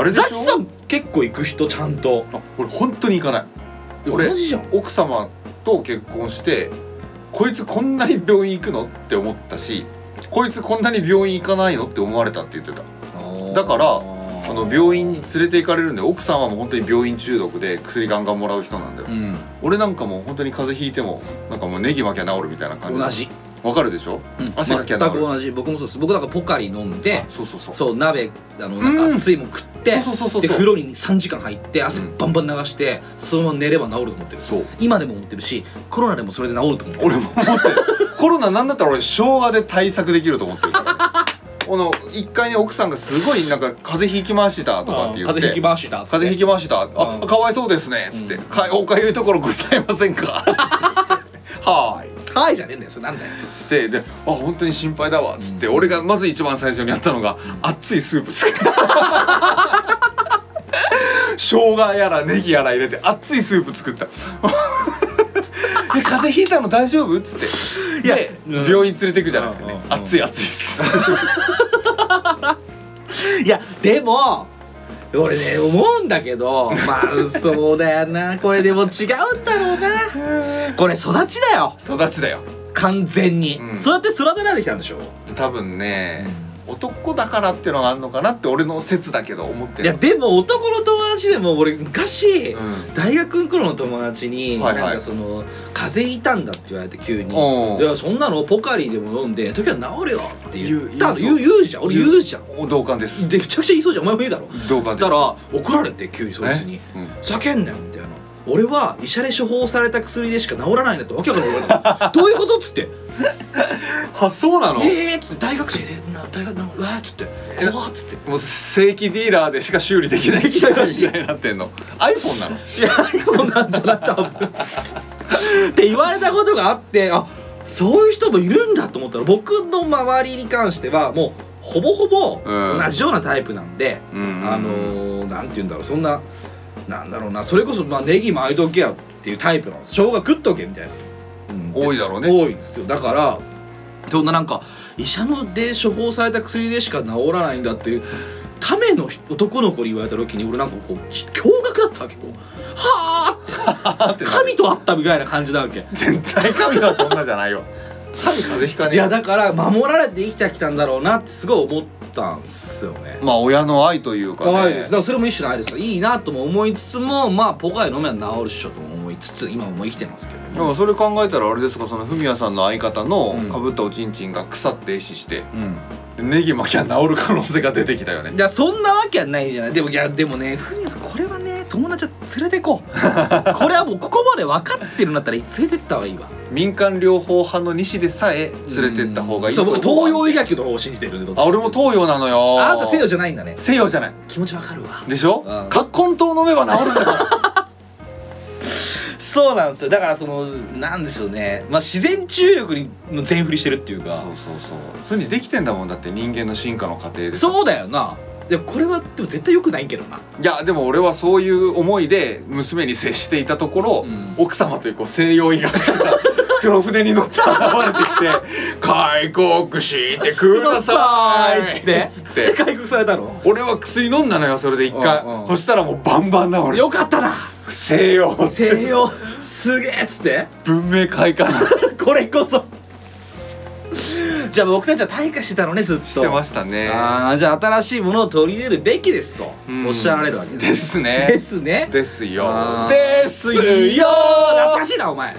S2: あれで
S1: ザ
S2: し
S1: キ
S2: ょ
S1: さん結構行く人ちゃんと
S2: あ俺本当に行かない俺
S1: 同じじゃん
S2: 奥様と結婚してこいつこんなに病院行くのって思ったしこいつこんなに病院行かないのって思われたって言ってただからあの病院に連れて行かれるんで奥様も本当に病院中毒で薬ガンガンもらう人なんだよ、
S1: うん
S2: 俺なんかもう本当に風邪ひいてもなんかもうネギ巻きゃ治るみたいな感じ
S1: 同じ、
S2: わかるでしょ
S1: うん
S2: 汗かきゃ治
S1: 全
S2: る
S1: く同じ僕もそうです僕なんかポカリ飲んで
S2: あそうそうそう
S1: そう鍋あのなん
S2: う
S1: か
S2: ん
S1: 熱いもん食って、
S2: そうそうそう
S1: で
S2: そう
S1: 風呂に3時間入って汗
S2: うん
S1: バンバン流して、そのまま寝れば治ると思ってる
S2: そう
S1: 今でも思ってるしコロナでもそれで治ると思ってる
S2: 俺も思ってるコロナなんだったら俺生姜で対策できると思ってるからねこの一回ね奥さんがすごいなんか風邪ひきましたとかって言って
S1: 風邪ひきましたっつって
S2: 風邪ひきました。あ、
S1: うん
S2: かわいそうですね。つって、
S1: うん
S2: かおかゆいところございません か。はーい。
S1: はいじゃねえんだよそれなんだよ
S2: つって、で、あ、本当に心配だわ。つって、
S1: うん
S2: 俺がまず一番最初にやったのが、熱いスープ 作った。生姜やらネギやら入れて熱いスープ作った。 え風邪ひいたの大丈夫っつっていや、で
S1: うん
S2: 病院連れてくじゃなくてね、
S1: うんうんうん
S2: 熱い熱いっす
S1: いやでも俺ね思うんだけどまあそうだよなこれでも違うんだろうなこれ育ちだよ
S2: 育ちだよ
S1: 完全に、
S2: うん
S1: そうやって育てられてきたんでしょ
S2: 多分ね、男だからっていうのがあるのかなって俺の説だけど思って
S1: いや
S2: る、
S1: でも男の友達でも俺昔、
S2: うん、
S1: 大学の頃の友達に、
S2: はいはい
S1: なんかその「風邪ひいたんだ」って言われて急に「
S2: お
S1: いやそんなのポカリでも飲んで時は治るよ」って言ったの言
S2: 言う
S1: う言うじゃん俺言うじゃん
S2: お同感です
S1: でめちゃくちゃ言いそうじゃんお前も言うだろ
S2: 同
S1: だ
S2: 感で
S1: か
S2: す
S1: ら怒られて急にそいつに
S2: うん
S1: 「ふざけんなよ」みたいな「俺は医者で処方された薬でしか治らないんだ」ってわけわかんない言われたの どういうこと?」っつって
S2: あそうな
S1: 「
S2: の
S1: ええ」っつって大学生で「な大学なうわ」っつって「
S2: え
S1: 怖っ」っつって
S2: もう正規ディーラーでしか修理できない機械みたいになってんの iPhone なの
S1: いやもうなんじゃない多分 って言われたことがあってあそういう人もいるんだと思ったら僕の周りに関してはもうほぼほぼ
S2: うん
S1: 同じようなタイプなんで、
S2: うん
S1: あのー、なんて言うんだろうそんななんだろうなそれこそ、まあ、ネギもアイドルケアっていうタイプなんです生姜食っとけみたいな、うん
S2: 多いだろうね
S1: 多いんですよだからそんななんか医者ので処方された薬でしか治らないんだっていうための男の子に言われた時に俺なんかこう驚愕だったわけこうはあって
S2: だってな
S1: 神と会ったみたいな感じなわけ
S2: 絶対神はそんなじゃないよ神風邪ひかねえ
S1: いやだから守られて生きてきたんだろうなってすごい思ったんすよね
S2: まあ親の愛というかね
S1: 可愛いですだからそれも一種の愛ですからいいなとも思いつつもまあポカリ飲めば治るっしょとも思いつつ今も生きてますけ
S2: で
S1: どね
S2: もそれ考えたらあれですかそのフミヤさんの相方の
S1: うん
S2: かぶったおちんちんが腐って壊死して、
S1: うん
S2: でネギ巻きゃ治る可能性が出てきたよね
S1: いやそんなわけはないじゃないでもいやでもねふみやさんこれはね友達は連れてこう これはもうここまで分かってるんだったら連れてった方がいいわ
S2: 民間療法派の西でさえ連れてった方がいい
S1: そう
S2: と
S1: 僕
S2: 思
S1: 東洋医学の方を信じてるんでどっち
S2: あ俺も東洋なのよ
S1: あなた西洋じゃないんだね
S2: 西洋じゃない
S1: 気持ちわかるわ
S2: でしょ
S1: うん
S2: 葛根湯飲め ば治るんだから
S1: そうなんですよだからそのなんですよね、まあ、自然注力にの全振りしてるっていうか
S2: そうそうそうそれにできてんだもんだって人間の進化の過程で
S1: そうだよないやこれはでも絶対良くないけどない
S2: やでも俺はそういう思いで娘に接していたところ、
S1: うん
S2: 奥様というこう西洋医学が黒船に乗って現れてきて 「開国してください」
S1: くださいっつ
S2: つっ
S1: え
S2: て
S1: 開国されたの
S2: 俺は薬飲んだのよそれで一回、
S1: うんうん
S2: そしたらもうバンバンだ俺
S1: よかったな
S2: 西洋
S1: 西洋すげえっつって
S2: 文明開化
S1: これこそじゃあ僕たちは退 化してたのねずっと
S2: してましたね
S1: あーじゃあ新しいものを取り入れるべきですと
S2: うん
S1: おっしゃられるわけ
S2: で
S1: ですす
S2: ね
S1: ですね
S2: ですよ
S1: あー
S2: ですよ
S1: 懐かしいなお前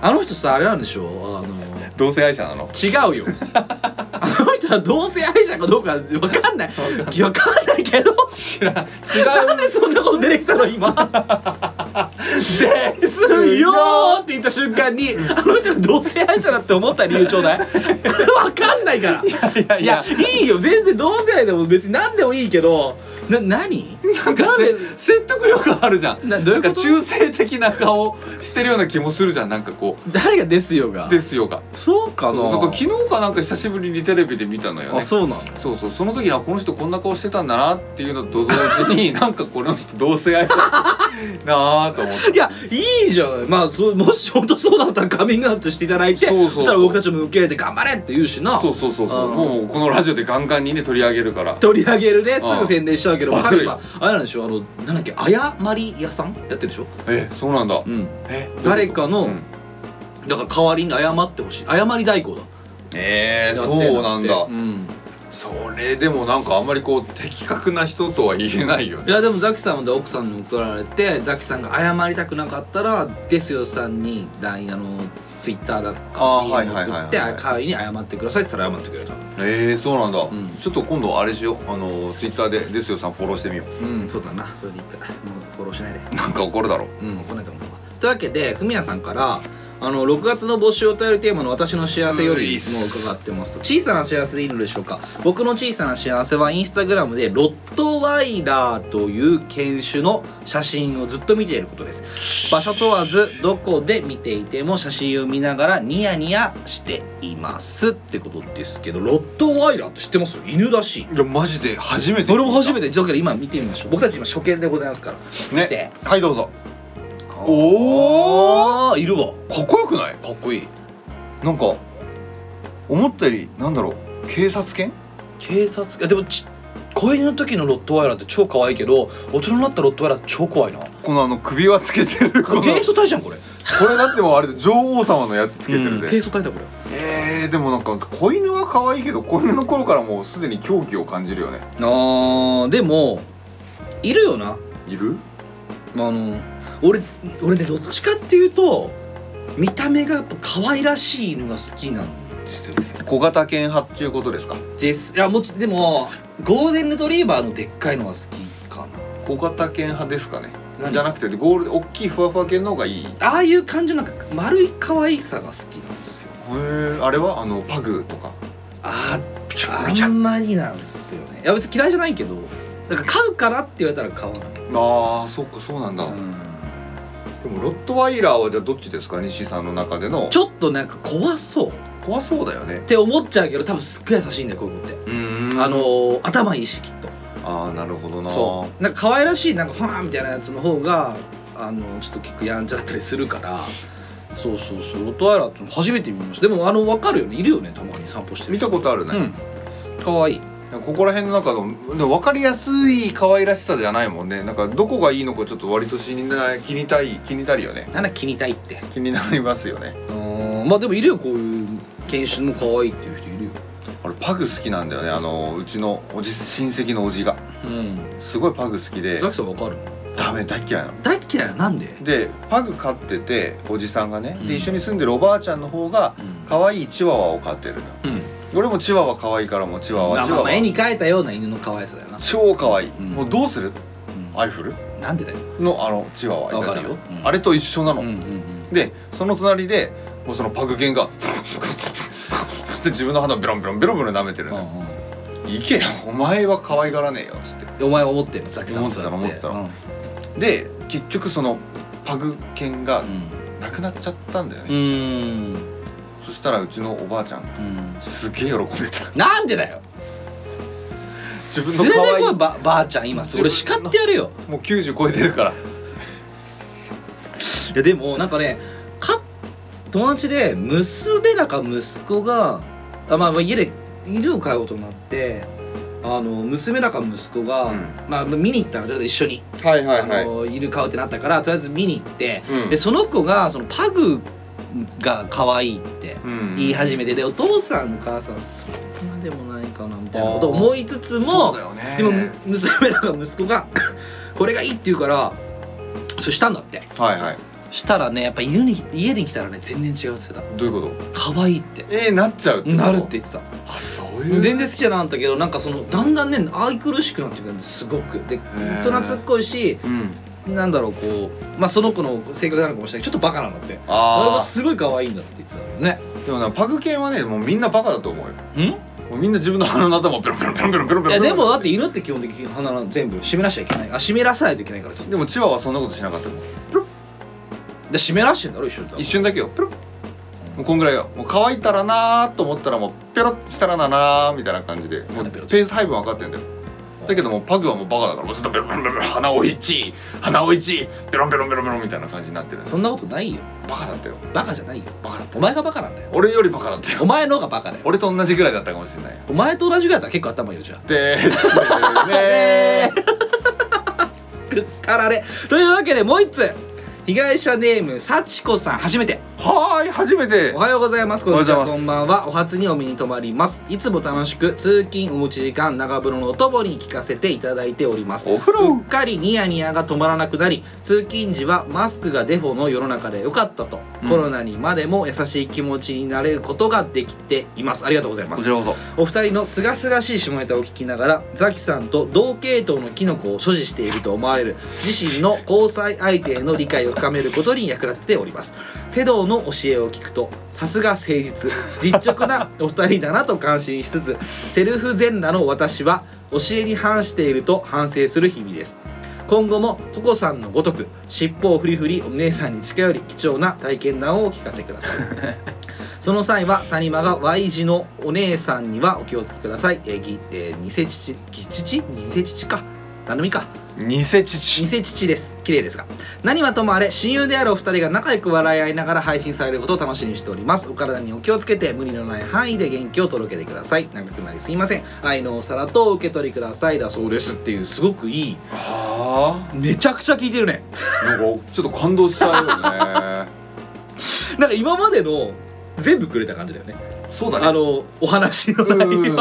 S1: あの人さあれなんでしょあの
S2: 同性愛者なの
S1: 違 うよあの人は同性愛者かどうか分かんない分かんないけど
S2: 知らん違
S1: なんでそんなこと出てきたの今ですよーって言った瞬間にあの人が同性愛者だって思った理由ちょうだいわかんないからいう
S2: いやいや
S1: やいいよ全然同性愛でも別に何でもいいけどな何
S2: なんかせ説得力あるじゃん
S1: などういうこと
S2: なんか中性的な顔してるような気もするじゃんなんかこ
S1: 誰がですよが
S2: うですよが
S1: そうかな
S2: そうなんか昨日かなんか久しぶりにテレビで見たのよね
S1: あそうなの
S2: そうそうその時あこの人こんな顔してたんだなっていうのと同時 になんかこの人同性愛者なあと思って
S1: いやいいじゃんまあそうもし本当そうだったらカミングアウトしていただいて
S2: そうそうそう
S1: したら僕たちも受け入れて頑張れって言うしな
S2: そうそうそうそう
S1: あー
S2: もうこのラジオでガンガンにね取り上げるから
S1: 取り上げるねすぐ宣伝しちゃうけど
S2: ああ
S1: わかれば
S2: バ
S1: あれなんでしょうあのなんだっけあやまり屋さんやってるでしょ、
S2: えそうなんだ
S1: うん、
S2: え
S1: 誰かの、
S2: うん
S1: だから代わりに謝ってほしい謝り代行だ
S2: えー
S1: やって
S2: そうなんだ
S1: うん
S2: それでもなんかあんまりこう的確な人とは言えないよ
S1: い
S2: ね
S1: やでもザキさんは奥さんに怒られてザキさんが謝りたくなかったらですよさんに LINE あのツイッターだか
S2: あー
S1: DM
S2: はいはいはいはい
S1: 送って代わりに謝ってくださいって言ったら謝ってくれた
S2: えー、そうなんだ、
S1: ん
S2: ちょっと今度あれしようあのツイッターでですよさんフォローしてみよ
S1: うんそうだなそれでいいからもうフォローしないで
S2: う なんか怒るだろう
S1: うん怒らないと思うわというわけでふみやさんからあの6月の募集お便りテーマの私の幸せよ
S2: うんいい
S1: り
S2: っ
S1: も
S2: す
S1: 伺ってますと小さな幸せでいいのでしょうか僕の小さな幸せはインスタグラムでロットワイラーという犬種の写真をずっと見ていることです場所問わずどこで見ていても写真を見ながらニヤニヤしていますってことですけどロットワイラーって知ってます犬らしい
S2: いやマジで初めて
S1: 俺も初め
S2: て
S1: てだから今見てみましょう僕たち今初見でございますから
S2: ね
S1: して
S2: はいどうぞ
S1: おおいるわ
S2: かっこよくない
S1: かっこいい
S2: なんか思ったよりなんだろう警察犬
S1: 警察いやでもち子犬の時のロットワイラーって超可愛いけど大人になったロットワイラー超怖いな
S2: このあの首輪つけてるこの
S1: 低素体じゃんこれ
S2: これだってもうあれ女王様のやつつけてるで、
S4: 軽装体だこれ
S2: えー、でもなんか子犬は可愛いけど子犬の頃からもうすでに狂気を感じるよね
S1: あーでもいるよない
S2: る
S1: あの俺俺ねどっちかっていうと見た目がやっぱ可愛らしい犬が好きなんですよね
S2: 小型犬派っていうことですか
S1: ですいやもちでもゴールデンレトリーバーのでっかいのは好きか
S2: 小型犬派ですかね
S1: な
S2: じゃなくてゴール大きいふわふわ犬の方がいいへ
S1: ああいう感じのなんか丸い可愛さが好きなんですよ
S2: えあれはあのパグとか
S1: あ
S2: ピチャ
S1: あ
S2: ピチ
S1: あ
S2: ャ
S1: んまりなんですよねいや別に嫌いじゃないけどなんか飼うからって言われたら飼わない
S2: あーそっかそうなんだ、でもロットワイラーはじゃあどっちですか西さんの中での
S1: ちょっとなんか怖そうっ
S2: 怖そうだよね
S1: て思っちゃうけど多分すっごい優しいんだよこういう子って、
S2: うーん
S1: あのー頭いいしきっと
S2: ああなるほどな
S1: そうなんか可愛らしいなんかファーンみたいなやつの方があのちょっと結構やんちゃだったりするからそうそうそうロットワイラーって初めて見ましたでもあの分かるよねいるよねたまに散歩してる
S2: 見たことあるね、
S1: うん可愛い
S2: ここら辺の中のでも分かりやすい可愛らしさじゃないもんねなんかどこがいいのかちょっと割と気にな気にたい気になるよね
S1: なんだ気に入りたいって
S2: 気になりますよね
S1: うーんまあでもいるよこういう犬種も可愛いっていう人いるよ
S2: 俺パグ好きなんだよねあのうちのおじ親戚のおじが
S1: うん
S2: すごいパグ好きで
S1: ザキさん分かる
S2: ダメ大っ嫌いなの
S1: 大っ嫌いななんで、
S2: でパグ飼ってておじさんがね、
S1: うん
S2: で一緒に住んでるおばあちゃんの方が
S1: うん
S2: 可愛いチワワを飼ってるのよ俺もチワワ可愛いからもうチワ
S1: ま
S2: ワ
S1: あ
S2: チ
S1: ま
S2: ワ
S1: あ
S2: ワ
S1: まあ絵に描いたような犬の可愛さだよな、
S2: 超可愛い、
S1: うん
S2: もうどうするアイフル
S1: うんなんでだよ
S2: のあのチワワいたじゃん
S1: わかるようん
S2: あれと一緒なの、
S1: うんうんうん
S2: でその隣でもうそのパグ犬がって自分の鼻をベロンベロンベロンベロン舐めてるね
S1: うんうん
S2: 行けよお前は可愛がらねえよ」っつって
S1: お前思ってるのザキさん
S2: 思ってたの思ってたの
S1: うん
S2: で結局そのパグ犬が
S1: うん
S2: 亡くなっちゃったんだよ
S1: う
S2: ね、
S1: ーん
S2: そしたらうちのおばあちゃん
S1: うん
S2: すげえ喜んでた
S1: なんでだよ
S2: 自
S1: 連
S2: 分
S1: れ
S2: の
S1: て
S2: 可愛い
S1: こいばばあちゃん今それ
S2: 自
S1: 叱
S2: 分
S1: っ
S2: の
S1: てやるよ
S2: もう90超えてるから
S1: いやでもなんかねか友達で娘だか息子があ、まあ、まあ家で犬を飼うことになってあの娘だか息子が、
S2: うん
S1: まあ、見に行ったのちょっと一緒に、
S2: はいは
S1: あの犬飼うってなったからとりあえず見に行って
S2: うん
S1: でその子がそのパグが可愛いって
S2: うん
S1: 言い始めてでお父さんお母さんそこまでもないかなみたいなことを思いつつ
S2: そ
S1: も
S2: うだよね
S1: でもむ娘だか息子がこれがいいって言うからそうしたんだって
S2: はいはい
S1: したらねやっぱ犬に家に来たらね全然違うって言って
S2: どういうこと
S1: た可愛いって
S2: えー、なっちゃうってこと
S1: なるって言ってた
S2: あそういう
S1: 全然好きじゃなかったけどなんかそのだんだんね愛くるしくなってくるんですすごくで
S2: ー
S1: 大人懐っこいし
S2: うん
S1: なんだろうこうまあその子の性格なのかもしれないけどちょっとバカなんだってあれ
S2: あ
S1: は
S2: あ
S1: すごい可愛いんだって言ってたのね
S2: でもなパグ犬はねもうみんなバカだと思うよ
S1: ん
S2: もうみんな自分の鼻の頭をペロンペロンペロンペロンペロンペ
S1: い
S2: ロ
S1: や
S2: ン
S1: でもだって犬って基本的に鼻の全部湿らしちゃいけないあ湿らさないといけないからずっと
S2: でもチワワそんなことしなかったもん
S1: で湿らしてんだろ一緒に
S2: 一瞬だけよペロッもうこんぐらいよもう乾いたらなーと思ったらもうペロッしたらななーみたいな感じでも
S1: な
S2: う
S1: んで
S2: ペ
S1: ペロッ
S2: ース配分分かってんだよだけどもうパグはもうバカだからもうずっとペロンペロンペロン鼻を一鼻を一ペロンペロンペロンペロンみたいな感じになってる
S1: そんなことないよ
S2: バカだったよ
S1: バカじゃないよ
S2: バカだった
S1: お
S2: よ
S1: 前がバカなんだよ
S2: 俺よりバカだったよ
S1: お前の方がバカだよ
S2: 俺と同じぐらいだったかもしれないよ
S1: お前と同じぐらいだったら結構頭いいよじゃあ
S2: でーすね
S1: くったられというわけでもう一つ被害者ネーム幸子さん初めて
S2: ー はーい初めて
S1: おはようございますこんにち
S2: おは
S1: は
S2: よ
S1: こ
S2: うござい
S1: ん
S2: ま
S1: ばんはお初にお目に留まりますいつも楽しく通勤おうち時間長風呂のおとぼに聞かせていただいております
S2: お風
S1: う
S2: 呂
S1: っかりニヤニヤが止まらなくなり通勤時はマスクがデフォの世の中で良かったと、
S2: うん
S1: コロナにまでも優しい気持ちになれることができていますありがとうございま
S2: こ
S1: す
S2: ちらこそ
S1: お二人の清々しい下ネタを聞きながらザキさんと同系統のキノコを所持していると思われる自身の交際相手への理解を深めることに役立てておりますセドの教えを聞くとさすが誠実実直なお二人だなと感心しつつセルフ全裸の私は教えに反していると反省する日々です今後もココさんのごとく尻尾をフリフリお姉さんに近寄り貴重な体験談をお聞かせくださいその際は谷間が Y 字のお姉さんにはお気をつけください。えーぎえー、偽父、偽父偽父か。何でもいいか。
S2: 偽父
S1: 偽父です。綺麗ですが。何はともあれ、親友であるお二人が仲良く笑い合いながら配信されることを楽しみにしております。お体にお気をつけて、無理のない範囲で元気を届けてください。長くなりすいません。愛のお皿とお受け取りください。だそうです。っていう、すごくいい。
S2: はあ
S1: めちゃくちゃ聞いてるね。
S2: なんかちょっと感動しちゃうよね
S1: なんか今までの全部くれた感じだよね
S2: そうだね
S1: あのお話の
S2: うん
S1: 内容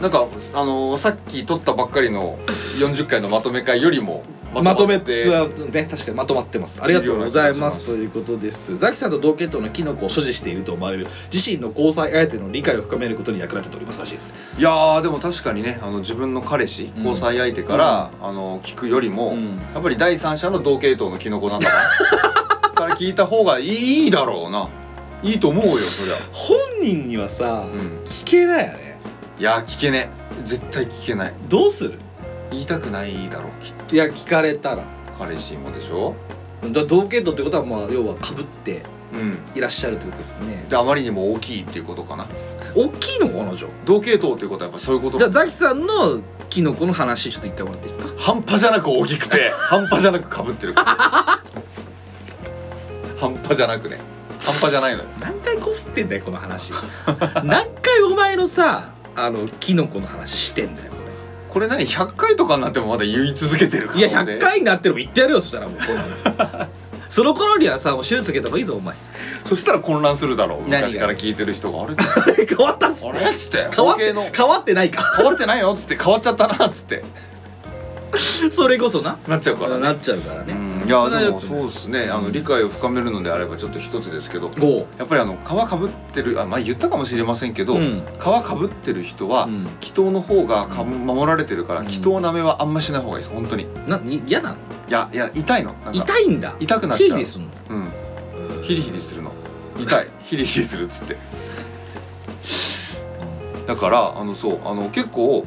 S2: なんかあのさっき撮ったばっかりの40回のまとめ会よりも
S1: まとめて
S2: て
S1: ね確かにまとまってますありがとうございますということですザキさんと同系統のキノコを所持していると思われる自身の交際相手の理解を深めることに役立てておりますらしいです
S2: いやーでも確かにねあの自分の彼氏
S1: うん
S2: 交際相手から、あの聞くよりも、
S1: うん
S2: やっぱり第三者の同系統のキノコなんだ からから聞いた方がいいいいだろうないいと思うよそりゃ、
S1: 本人にはさ
S2: うん、
S1: 聞けないよね
S2: いやー聞けねえ絶対聞けない
S1: どうする
S2: 言いたくないだろうき
S1: い
S2: っ
S1: や聞かれたら
S2: と彼氏もでしょ
S1: だ同系統ってことはまあ要はかぶって
S2: うん
S1: いらっしゃるってことですね
S2: であまりにも大きいっていうことかな
S1: 大きいのかなじゃ
S2: 同系統っていうことはやっぱそういうこと
S1: あじゃあザキさんのキノコの話ちょっと一回もらっていいですか
S2: 半端じゃなく大きくて半端じゃなく被ってる半端じゃなくね半端じゃないのよ
S1: 何回こすってんだよこの話何回お前のさあのキノコの話してんだよこ
S2: これ何100回とかになってもまだ言い続けてる可
S1: れ
S2: 能
S1: い
S2: 性
S1: や100回になってるも言ってやるよそしたらもうこんなの その頃にはさもう手術受けた方がいいぞお前
S2: そしたら混乱するだろう
S1: 何が
S2: 昔から聞いてる人が「あれ?」
S1: 変わったっつ
S2: あれっつって
S1: 変わっ
S2: 統計
S1: て
S2: の
S1: 変わってないか
S2: 変わってないよっつって変わっちゃったなっつって
S1: それこそな
S2: なっちゃうからね
S1: なっちゃうからね
S2: うんいや
S1: それは
S2: で
S1: よ
S2: も
S1: くない
S2: そうですねあの理解を深めるのであればちょっと一つですけど
S1: おう
S2: やっぱりあの皮かぶってるあ前言ったかもしれませんけど、
S1: うん
S2: 皮かぶってる人は、
S1: うん
S2: 祈祷の方がか守られてるから
S1: うん
S2: 祈祷なめはあんましない方がいいです本当にい
S1: な嫌なの
S2: やいや痛いのなんか
S1: 痛いんだ
S2: 痛くなっ
S1: ヒ
S2: ち
S1: リヒ
S2: ゃう
S1: リすんの
S2: うんヒリヒリするの痛いヒリヒリするっつってだからあのそうあの結構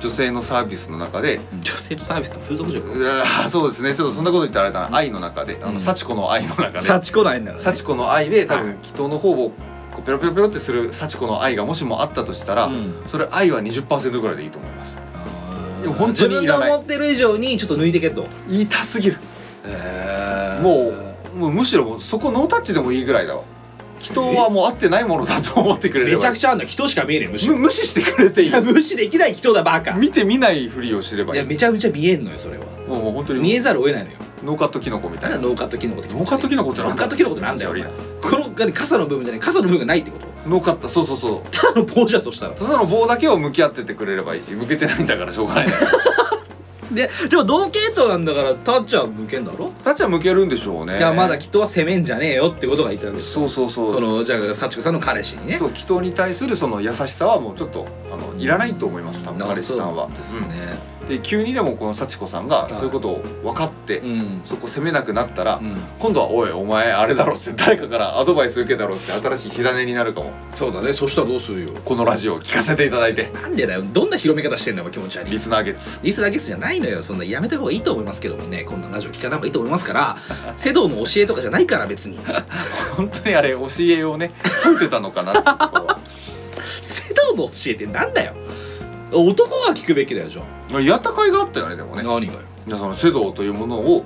S2: 女性のサービスの中で
S1: 女性のサービスと風俗嬢
S2: うわーそうですねちょっとそんなこと言ったらあれだな愛の中であ
S1: うん
S2: の幸子の愛の中で
S1: 幸子ないんだからね
S2: 幸子の愛で多分祈祷の方をこうペロペロペロってする幸子の愛がもしもあったとしたら、
S1: うん
S2: それ愛は20%ぐらいでいいと思います
S1: で
S2: で
S1: も
S2: も本
S1: 自
S2: 当に
S1: 分
S2: い
S1: が
S2: らない
S1: 思ってる以上にちょっと抜いてけと
S2: 痛すぎるもうもうむしろもうそこノータッチでもいいぐらいだわ人はもう合ってないものだと思ってくれれば
S1: めちゃくちゃあんだ人しか見えねえむしろ
S2: む無視してくれていい
S1: いや無視できない人だバカい
S2: 見て見ないふりをすればい
S1: や
S2: い
S1: めちゃめちゃ見えんのよそれは
S2: もうもう本当に
S1: 見えざるを得ないのよ
S2: ノーカットキノコみた
S1: た
S2: い
S1: だ
S2: な
S1: ノーカットキノコって気持
S2: ノー
S1: ち
S2: カ
S1: 悪
S2: ッ
S1: い
S2: トキノコって
S1: ノーカットキノコってなんだよお
S2: 気持ち
S1: 前
S2: 悪い
S1: この何傘の部分じゃない傘の部分がないってこと
S2: ノーカットそうそうそう
S1: ただの棒じゃんそしたら
S2: ただの棒だけを向き合っててくれればいいし向けてないんだからしょ うがない
S1: ででも同系統なんだからタッチは向けんだろ
S2: タッチは向けるんでしょうね
S1: いやまだ人は責めんじゃねえよってことが言ってたわけです
S2: そうそうそう
S1: そのじゃあ幸子さんの彼氏にね
S2: そう祈祷に対するその優しさはもうちょっとあのいらないと思います多分
S1: あ
S2: 彼氏さんは
S1: そうですね、
S2: うんで急にでもこの幸子さんが
S1: い
S2: そういうことを分かって、
S1: うん
S2: そこ責めなくなったら、
S1: うん
S2: 今度は「おいお前あれだろ」って誰かからアドバイス受けたろって新しい火種になるかも
S1: そうだねそしたらどうするよ
S2: このラジオを聞かせていただいて
S1: なんでだよどんな広め方してんだよお前気持ち悪
S2: リ
S1: い
S2: スナーゲッツ
S1: リスだけじゃないのよそんなやめた方がいいと思いますけどもねこんなラジオ聞かない方がいいと思いますから セドの教えとかじゃないから別に
S2: 本当にあれ教えをね解いてたのかなってところは
S1: セドの教えってなんだよ男が聞くべきだよじゃあ、
S2: やった甲斐があったよねでもね
S1: 何がよ、
S2: いやそのセドというものを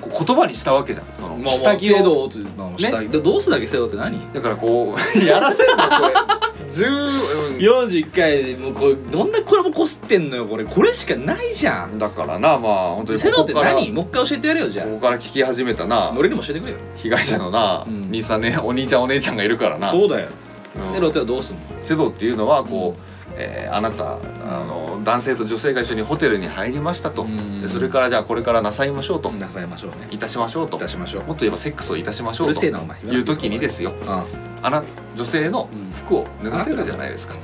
S2: こう言葉にしたわけじゃんその
S1: まあまあ
S2: 下着
S1: セ
S2: を、
S1: ドってまあ下着でどうするだけセドって何
S2: だからこう やらせんのこれ十う
S1: 41回もうこれどんなこれもこすってんのよこれこれしかないじゃん
S2: んだからなまあ本当に
S1: セドって
S2: から
S1: 何もう一回教えてやれよじゃ
S2: ここ
S1: あ
S2: から聞き始めたな
S1: 俺にも教えてくれよ
S2: 被害者のな、
S1: うん
S2: 兄さんねお兄ちゃんお姉ちゃんがいるからな
S1: そうだよ
S2: うん
S1: セドってのはどうすんの
S2: セドっていうのはこう、えーあなたあの男性と女性が一緒にホテルに入りましたと、でそれからじゃあこれからなさいましょうと、
S1: なさいましょうね
S2: いたしましょうと
S1: いたしましょう
S2: もっと言えばセックスをいたしましょ
S1: う
S2: う
S1: る
S2: と
S1: せえなお前
S2: いう時にですよ
S1: あ
S2: あな女性の服を脱がせるじゃないですか、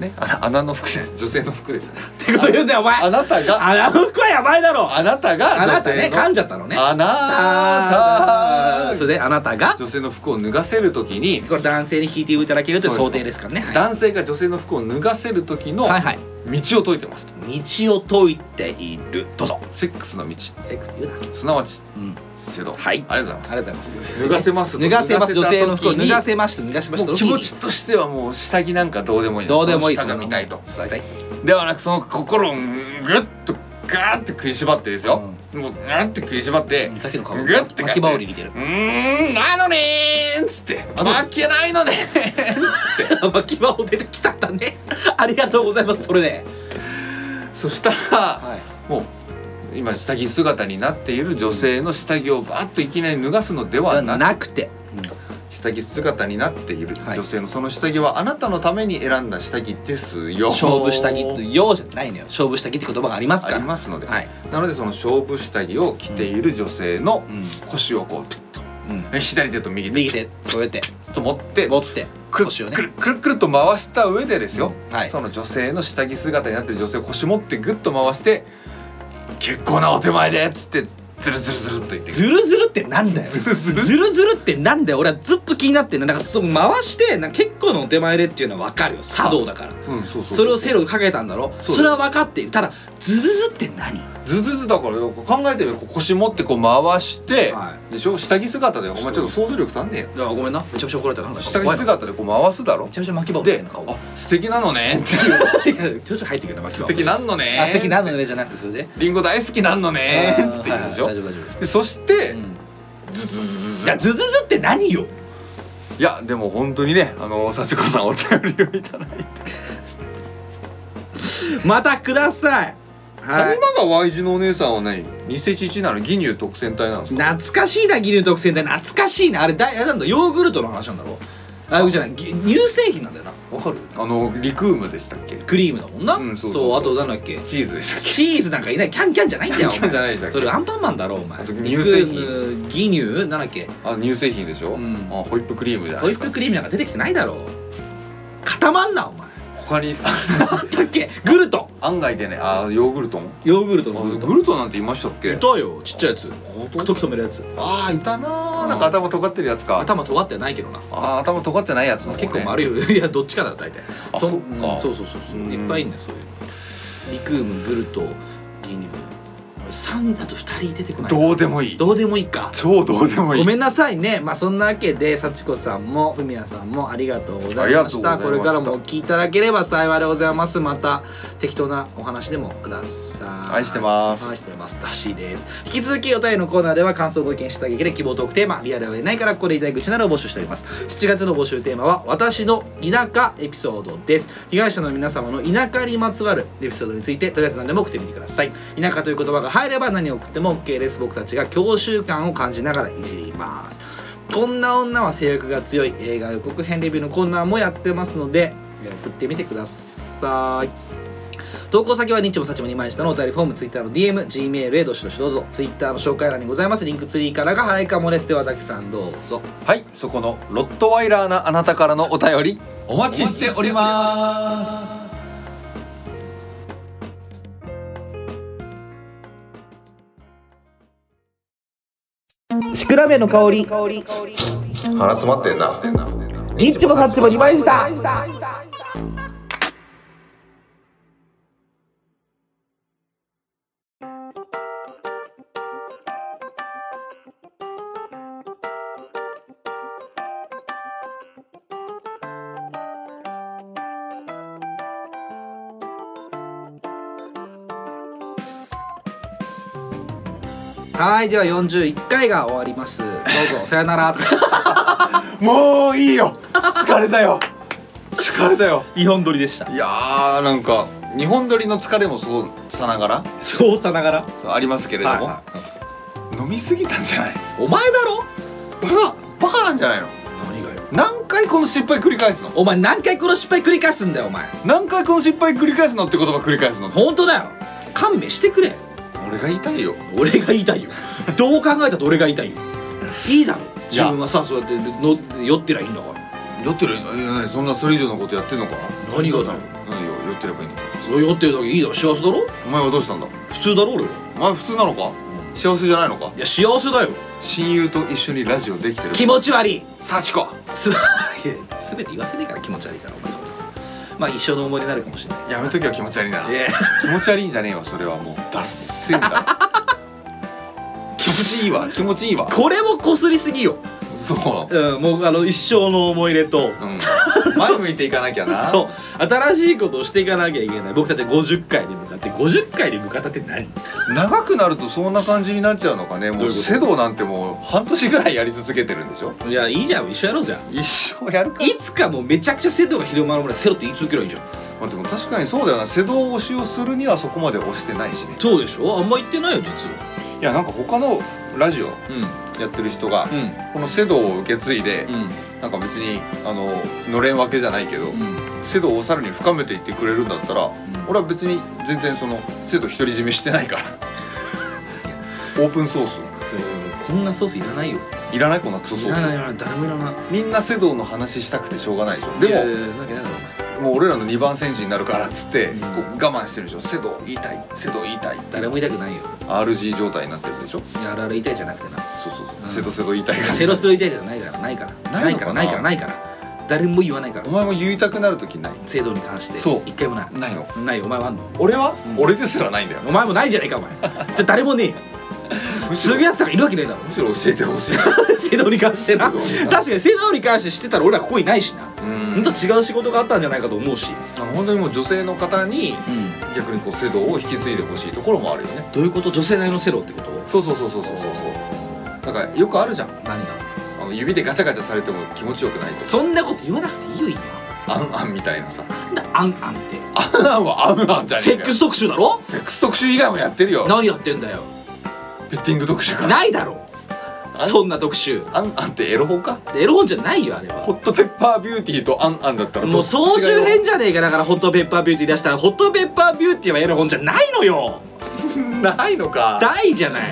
S2: ね、あな穴の服じゃない女性の服ですよね
S1: ってこと言うんだよお前
S2: あなたが
S1: ああの服はやばいだろ
S2: あなたが
S1: あな
S2: 女
S1: た
S2: 性
S1: ね
S2: の
S1: 噛んじゃったのね
S2: あな
S1: あーそ
S2: た
S1: れ
S2: が
S1: であなたが
S2: 女性の服を脱がせる時に
S1: これ男性に引いていただけるという想定ですからねはい
S2: 男性が女性の服を脱がせる時の
S1: はいはい
S2: 道を解いてますと
S1: 道を解いているどうぞ
S2: セックスの道
S1: セックスって言うな
S2: すなわち
S1: うん
S2: セド
S1: はい
S2: ありがとうございま
S1: ありが
S2: す
S1: とうございます
S2: 脱がせます
S1: 脱がせます女性の服を脱が
S2: せ
S1: せました脱がせま
S2: た
S1: し
S2: 時に
S1: た
S2: もう気持ちとしてはもう下着なんかどうでもいい
S1: どうでもいい
S2: その下が見たいと
S1: 座りたい
S2: ではなくその心をぐっとガーッて食いしばってですよ、もうガーッて食いしばって
S1: さっきの顔
S2: グッて返
S1: 巻き
S2: して
S1: 羽織に似てる
S2: うーんなのねーっつって
S1: あの
S2: 負けないのね
S1: 巻き羽織出てきたんだねありがとうございますそれで
S2: そしたら
S1: はい
S2: もう今下着姿になっている女性の下着をバーッといきなり脱がすのではなく
S1: なくて
S2: 下着姿になっている
S1: はい
S2: 女性のその下着はあなたのために選んだ下着ですよ
S1: 勝負下着と「よ」じゃないのよ勝負下着って言葉がありますか
S2: あ
S1: ら
S2: りますので、
S1: はい、
S2: なのでその勝負下着を着ている女性の
S1: う
S2: 腰をこうピッと
S1: んうん、
S2: ね左手と右手
S1: 右手そうやって
S2: と持って
S1: 持って
S2: くる
S1: 腰をね
S2: くるくるくると回した上でですよ、
S1: うんはい
S2: その女性の下着姿になってる女性を腰持ってグッと回して「結構なお手前で」っつってズルズルズルっと言って
S1: ずるずるってなんだよ
S2: ズルズル
S1: ずるずるってなんだよ俺はずっと気になってんのなんかそう回してなんか結構のお手前でっていうのは分かるよ茶道だから
S2: うん、そうそう
S1: それをセロかけたんだろ
S2: そう
S1: それは分かっているただズズズって何
S2: ズズズだから考えてみるこう腰持ってこう回して、
S1: は
S2: でしょ下着姿でお前ちょっと想像力足んねえよ
S1: いやごめんなめちゃくちゃ怒られたなんだ
S2: 下着姿でこう回すだろ
S1: めちゃめちゃ巻き棒みたい
S2: で
S1: な
S2: 「
S1: 顔
S2: あ素敵なのね」っていう
S1: いやちょいちょい入ってくるな
S2: 「
S1: 巻き
S2: 素
S1: 棒
S2: 敵なんのね」
S1: あ素敵なのねじゃなくてそれで
S2: リンゴ大好きなんのね」っつって言うでしょ、
S1: あーはいはい大丈夫大丈夫
S2: でそして、
S1: うん
S2: ズズズズ
S1: い
S2: ズ
S1: やズズズって何よ
S2: いやでも本当にねあの幸子さんお便りをいただいて
S1: またくださいは
S2: 谷
S1: い
S2: 間が Y 字のお姉さんは何偽父なの義乳特選隊なんですか
S1: 懐かしいな牛乳特選で懐かしいなあれだいあれなんだヨーグルトの話なんだろあじゃないぎ乳製品なんだよなわかる
S2: あのリクームでしたっけ
S1: クリームだもんな、
S2: うん
S1: そ
S2: そううそうそう
S1: あとなんだっけ
S2: チーズでしたっけ
S1: チーズなんかいないキャンキャンじゃないんだよお
S2: キャ
S1: 前
S2: ンじゃないでしたっけ
S1: それアンパンマンだろお前
S2: あと乳製品
S1: 肉牛乳なんだっけ
S2: あ乳製品でしょ、
S1: うん
S2: あホイップクリームじゃない
S1: ホイ
S2: です
S1: ッ
S2: か
S1: プクリームなんか出てきてないだろ固まんなお前
S2: 他に
S1: なんだっけグルト
S2: 案外でねあーヨーグルトも
S1: ヨーグルト
S2: あ
S1: のグルト
S2: グルトなんていましたっけ
S1: いたよちっちゃいやつ
S2: あ
S1: 時止めるやつ
S2: あーいたなーなんか頭尖ってるやつか
S1: 頭尖ってないけどな
S2: あー頭尖ってないやつの方ね
S1: 結構丸いよいや どっちかだ大体
S2: あそっ
S1: うん
S2: か
S1: そうそうそうそう
S2: うん
S1: いっぱいいんだよそういうのリクームグルト牛乳3だと2人出てこない
S2: どう
S1: で
S2: でもいい
S1: どうでもいいか
S2: 超どうでもいい
S1: ごめんなさいねまあそんなわけで幸子さんも文也さんもありがとうござい
S2: あり
S1: ま
S2: がと
S1: し
S2: うご
S1: た
S2: ざいました
S1: これからもお聞きいただければ幸いでございますまた適当なお話でもください
S2: 愛してます
S1: 愛してますだしです引き続きお便りのコーナーでは感想ご意見した劇で希望トークテーマリアルは言えないからここで言いたい口などを募集しております7月の募集テーマは私の田舎エピソードです被害者の皆様の田舎にまつわるエピソードについてとりあえず何でも送ってみてください田舎という言葉が入れば何を送っても OK です僕たちが教習感を感じながらいじりますこんな女は性欲が強い映画予告編レビューのコーナーもやってますのでえー送ってみてください投稿先はニッチもサチも2枚下のお便りフォーム、ツイッターの DM、Gmail へどしどしどうぞ。ツイッターの紹介欄にございます。リンクツリーからが早いかもです。では、ザキさんどうぞ。
S2: はいそこのロットワイラーなあなたからのお便りお待ちしております
S1: シクラメンの香り、
S3: 鼻詰まってんな
S1: ニッチもサチも2枚下。はい、では41回が終わります。どうぞ、さよなら。
S2: もういいよ疲れたよ疲れたよ
S1: 日本撮りでした。
S2: いやーなんか日本撮りの疲れもそうさながら
S1: そうさながら。
S2: そうありますけれども、
S1: はい
S2: 飲みすぎたんじゃない
S1: お前だろ
S2: バカバカなんじゃないの
S1: 何がよ。
S2: 何回この失敗繰り返すの
S1: お前何回この失敗繰り返すんだよ、お前。
S2: 何回この失敗繰り返すのって言葉繰り返すの
S1: 本当だよ。勘弁してくれ。
S2: 俺が言いたいよ
S1: 俺が言いた いよ。どう考えたって俺が言いたいよ。いいだろ。
S2: い
S1: 自
S2: や
S1: 分はさ、そうやっての酔ってりゃいいんだから。
S2: 酔ってるえ何そんなそれ以上のことやってんのか
S1: 何がだろう
S2: 何よ酔ってればいいのか
S1: そう酔ってるだけいいだろ。幸せだろ
S2: お前はどうしたんだ
S1: 普通だろ、俺は。
S2: お前普通なのか幸せじゃないのか
S1: いや、幸せだよ。
S2: 親友と一緒にラジオできてる
S1: 気持ち悪い。
S2: 幸子
S1: す いや全て言わせねえから気持ち悪いからお前そんなまあ一生の思い出になるかもしれない
S2: やめときは気持ち悪いな
S1: え
S2: 気持ち悪いんじゃねえわそれはもう脱線 だ気持ちいいわ気持ちいいわ
S1: これもこすりすぎよ、
S2: そう
S1: うん、もうあの一生の思い入れと
S2: うん前向いていかなきゃな
S1: そう新しいことをしていかなきゃいけない僕たちは50回に向かって50回に向かったって何
S2: 長くなるとそんな感じになっちゃうのかねも
S1: どう
S2: う
S1: いうこと
S2: セドなんてもう半年ぐらいやり続けてるんでしょ
S1: いやいいじゃん一緒やろうじゃん
S2: 一生やるか
S1: いつかもうめちゃくちゃセドが広まるぐらいセロって言い続ければいいじゃん
S2: まあでも確かにそうだよなセド推しをするにはそこまで推してないしね
S1: そうでしょあんま言ってないよ実は
S2: いうやなんか他のラジオ
S1: ん
S2: やってる人が
S1: うん
S2: このセドを受け継いで
S1: うん
S2: なんか別にあののれんわけじゃないけど
S1: うん
S2: セドをさらに深めていってくれるんだったら俺は別に全然その生徒独り占めしてないから オープンソース
S1: そうこんなソースいらないよ
S2: いらないこんなクソソ
S1: いらないい
S2: ー
S1: らない誰もいらない
S2: スみんなセドの話したくてしょうがないでしょ
S1: いやい
S2: で
S1: やいやなんかやだ
S2: ももう俺らの2番戦時になるからっつって
S1: うん
S2: こう我慢してるでしょセド言いたいセド言いたい
S1: 誰も痛くないよ
S2: RG 状態になってるでしょ
S1: いやあるある痛いじゃなくてな
S2: そうそう
S1: う
S2: そ
S1: ん
S2: うセドセド言いたいから
S1: セロスロ痛いじゃないからないからな
S2: ないい
S1: か
S2: の
S1: らな
S2: かな
S1: いからないから誰も言わないか
S2: お
S1: ら
S2: 前も言いたくなる時ない
S1: 制度に関して
S2: そう
S1: 一回もない
S2: ないの
S1: ないよお前はあんの
S2: 俺は
S1: うん
S2: 俺ですらないんだよ
S1: お前もないじゃないかお前じゃあ誰もねえよ
S2: むし
S1: す
S2: ろ
S1: ぐやつとかいるわけないだろ
S2: むしろ教えてほしい
S1: 制度に関してな
S2: セドに
S1: 確かに制度に関して知ってたら俺らここいないしな
S2: うん
S1: 本当違う仕事があったんじゃないかと思うし
S2: あの本当にもう女性の方に
S1: うん
S2: 逆にこう制度を引き継いでほしいところもあるよね
S1: どういうこと女性なりのセロってこと
S2: そうそうそうそうそうそうそうなんかよくあるじゃん
S1: 何が
S2: あの指でガチャガチャされても気持ちよくないと
S1: そんなこと言わなくていいよ今
S2: あんあんみたいなさ
S1: なんだあんあんって
S2: あんあんはあんあんじゃね
S1: セ
S2: え
S1: ッ
S2: か
S1: ク
S2: よ
S1: ス特集だろ
S2: セックス特集以外もやってるよ
S1: 何やってんだよ
S2: ピッティング特集か
S1: ないだろ
S2: あん
S1: そんな特集
S2: あんあんってエロ本か
S1: エロ本じゃないよあれ
S2: ホ
S1: は
S2: ットペッパービューティーとあんあんだったら
S1: もう総集
S2: どっちが
S1: 編じゃねえかだからホットペッパービューティー出したらホットペッパービューティーはエロ本じゃないのよ
S2: エロないのか
S1: 大じゃない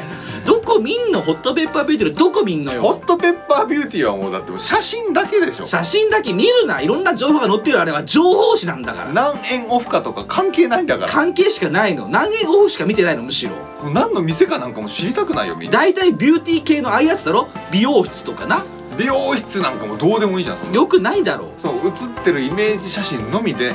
S1: どこ見んのホットペッパービューティーのどこ見んの
S2: ホ
S1: よ
S2: ットペッパービューティーはもうだってもう写真だけでしょ
S1: 写真だけ見るないろんな情報が載ってるあれは情報誌なんだから
S2: 何円オフかとか関係ないんだから
S1: 関係しかないの何円オフしか見てないのむしろ
S2: もう何の店かなんかも知りたくないよみんな
S1: 大体ビューティー系のああいうやつだろ美容室とかな
S2: 美容室なんかもどうでもいいじゃんそんな
S1: よくないだろ
S2: そう写ってるイメージ写真のみで
S1: う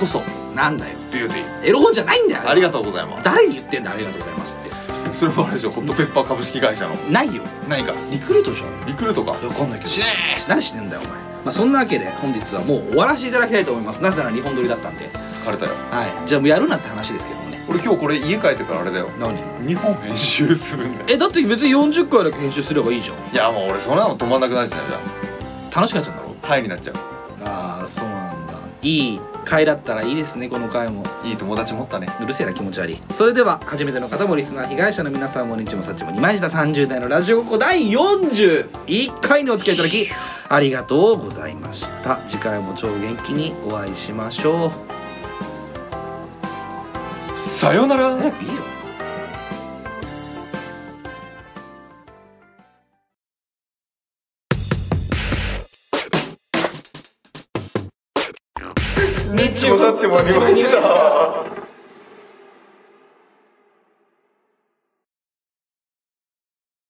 S2: こそ
S1: んなんだよ
S2: ビューティー
S1: エロ本じゃないんだよ
S2: ありがとうございます
S1: 誰に言ってんだありがとうございますって
S2: それもあれでしょホットペッパー株式会社の
S1: ないよ
S2: 何か
S1: リクルートでしょ
S2: リクルートか
S1: わかんないけど
S2: しね
S1: 何してんだよお前まあそんなわけで本日はもう終わらせていただきたいと思いますなぜなら日本撮りだったんで
S2: え疲れたよ
S1: はいじゃあもうやるなって話ですけどもね
S2: 俺今日これ家帰ってからあれだよ
S1: 何
S2: 2本編集するんだよ
S1: えだって別に40回だけ編集すればいいじゃん
S2: いやもう俺そんなの止まんなくなっちゃうじゃん
S1: 楽しくなっちゃうんだろ
S2: はいになっちゃう
S1: ああそうなんだいい回だったらいいですねこの回も
S2: いい友達持ったね
S1: うるせえな気持ち悪いそれでは初めての方もリスナー被害者の皆さんも日もさっちも二枚舌30代のラジオごっこ第41回にお付き合いいただきありがとうございました次回も超元気にお会いしましょう
S2: さよなら
S1: 早くいいよ
S5: もさっちもありました。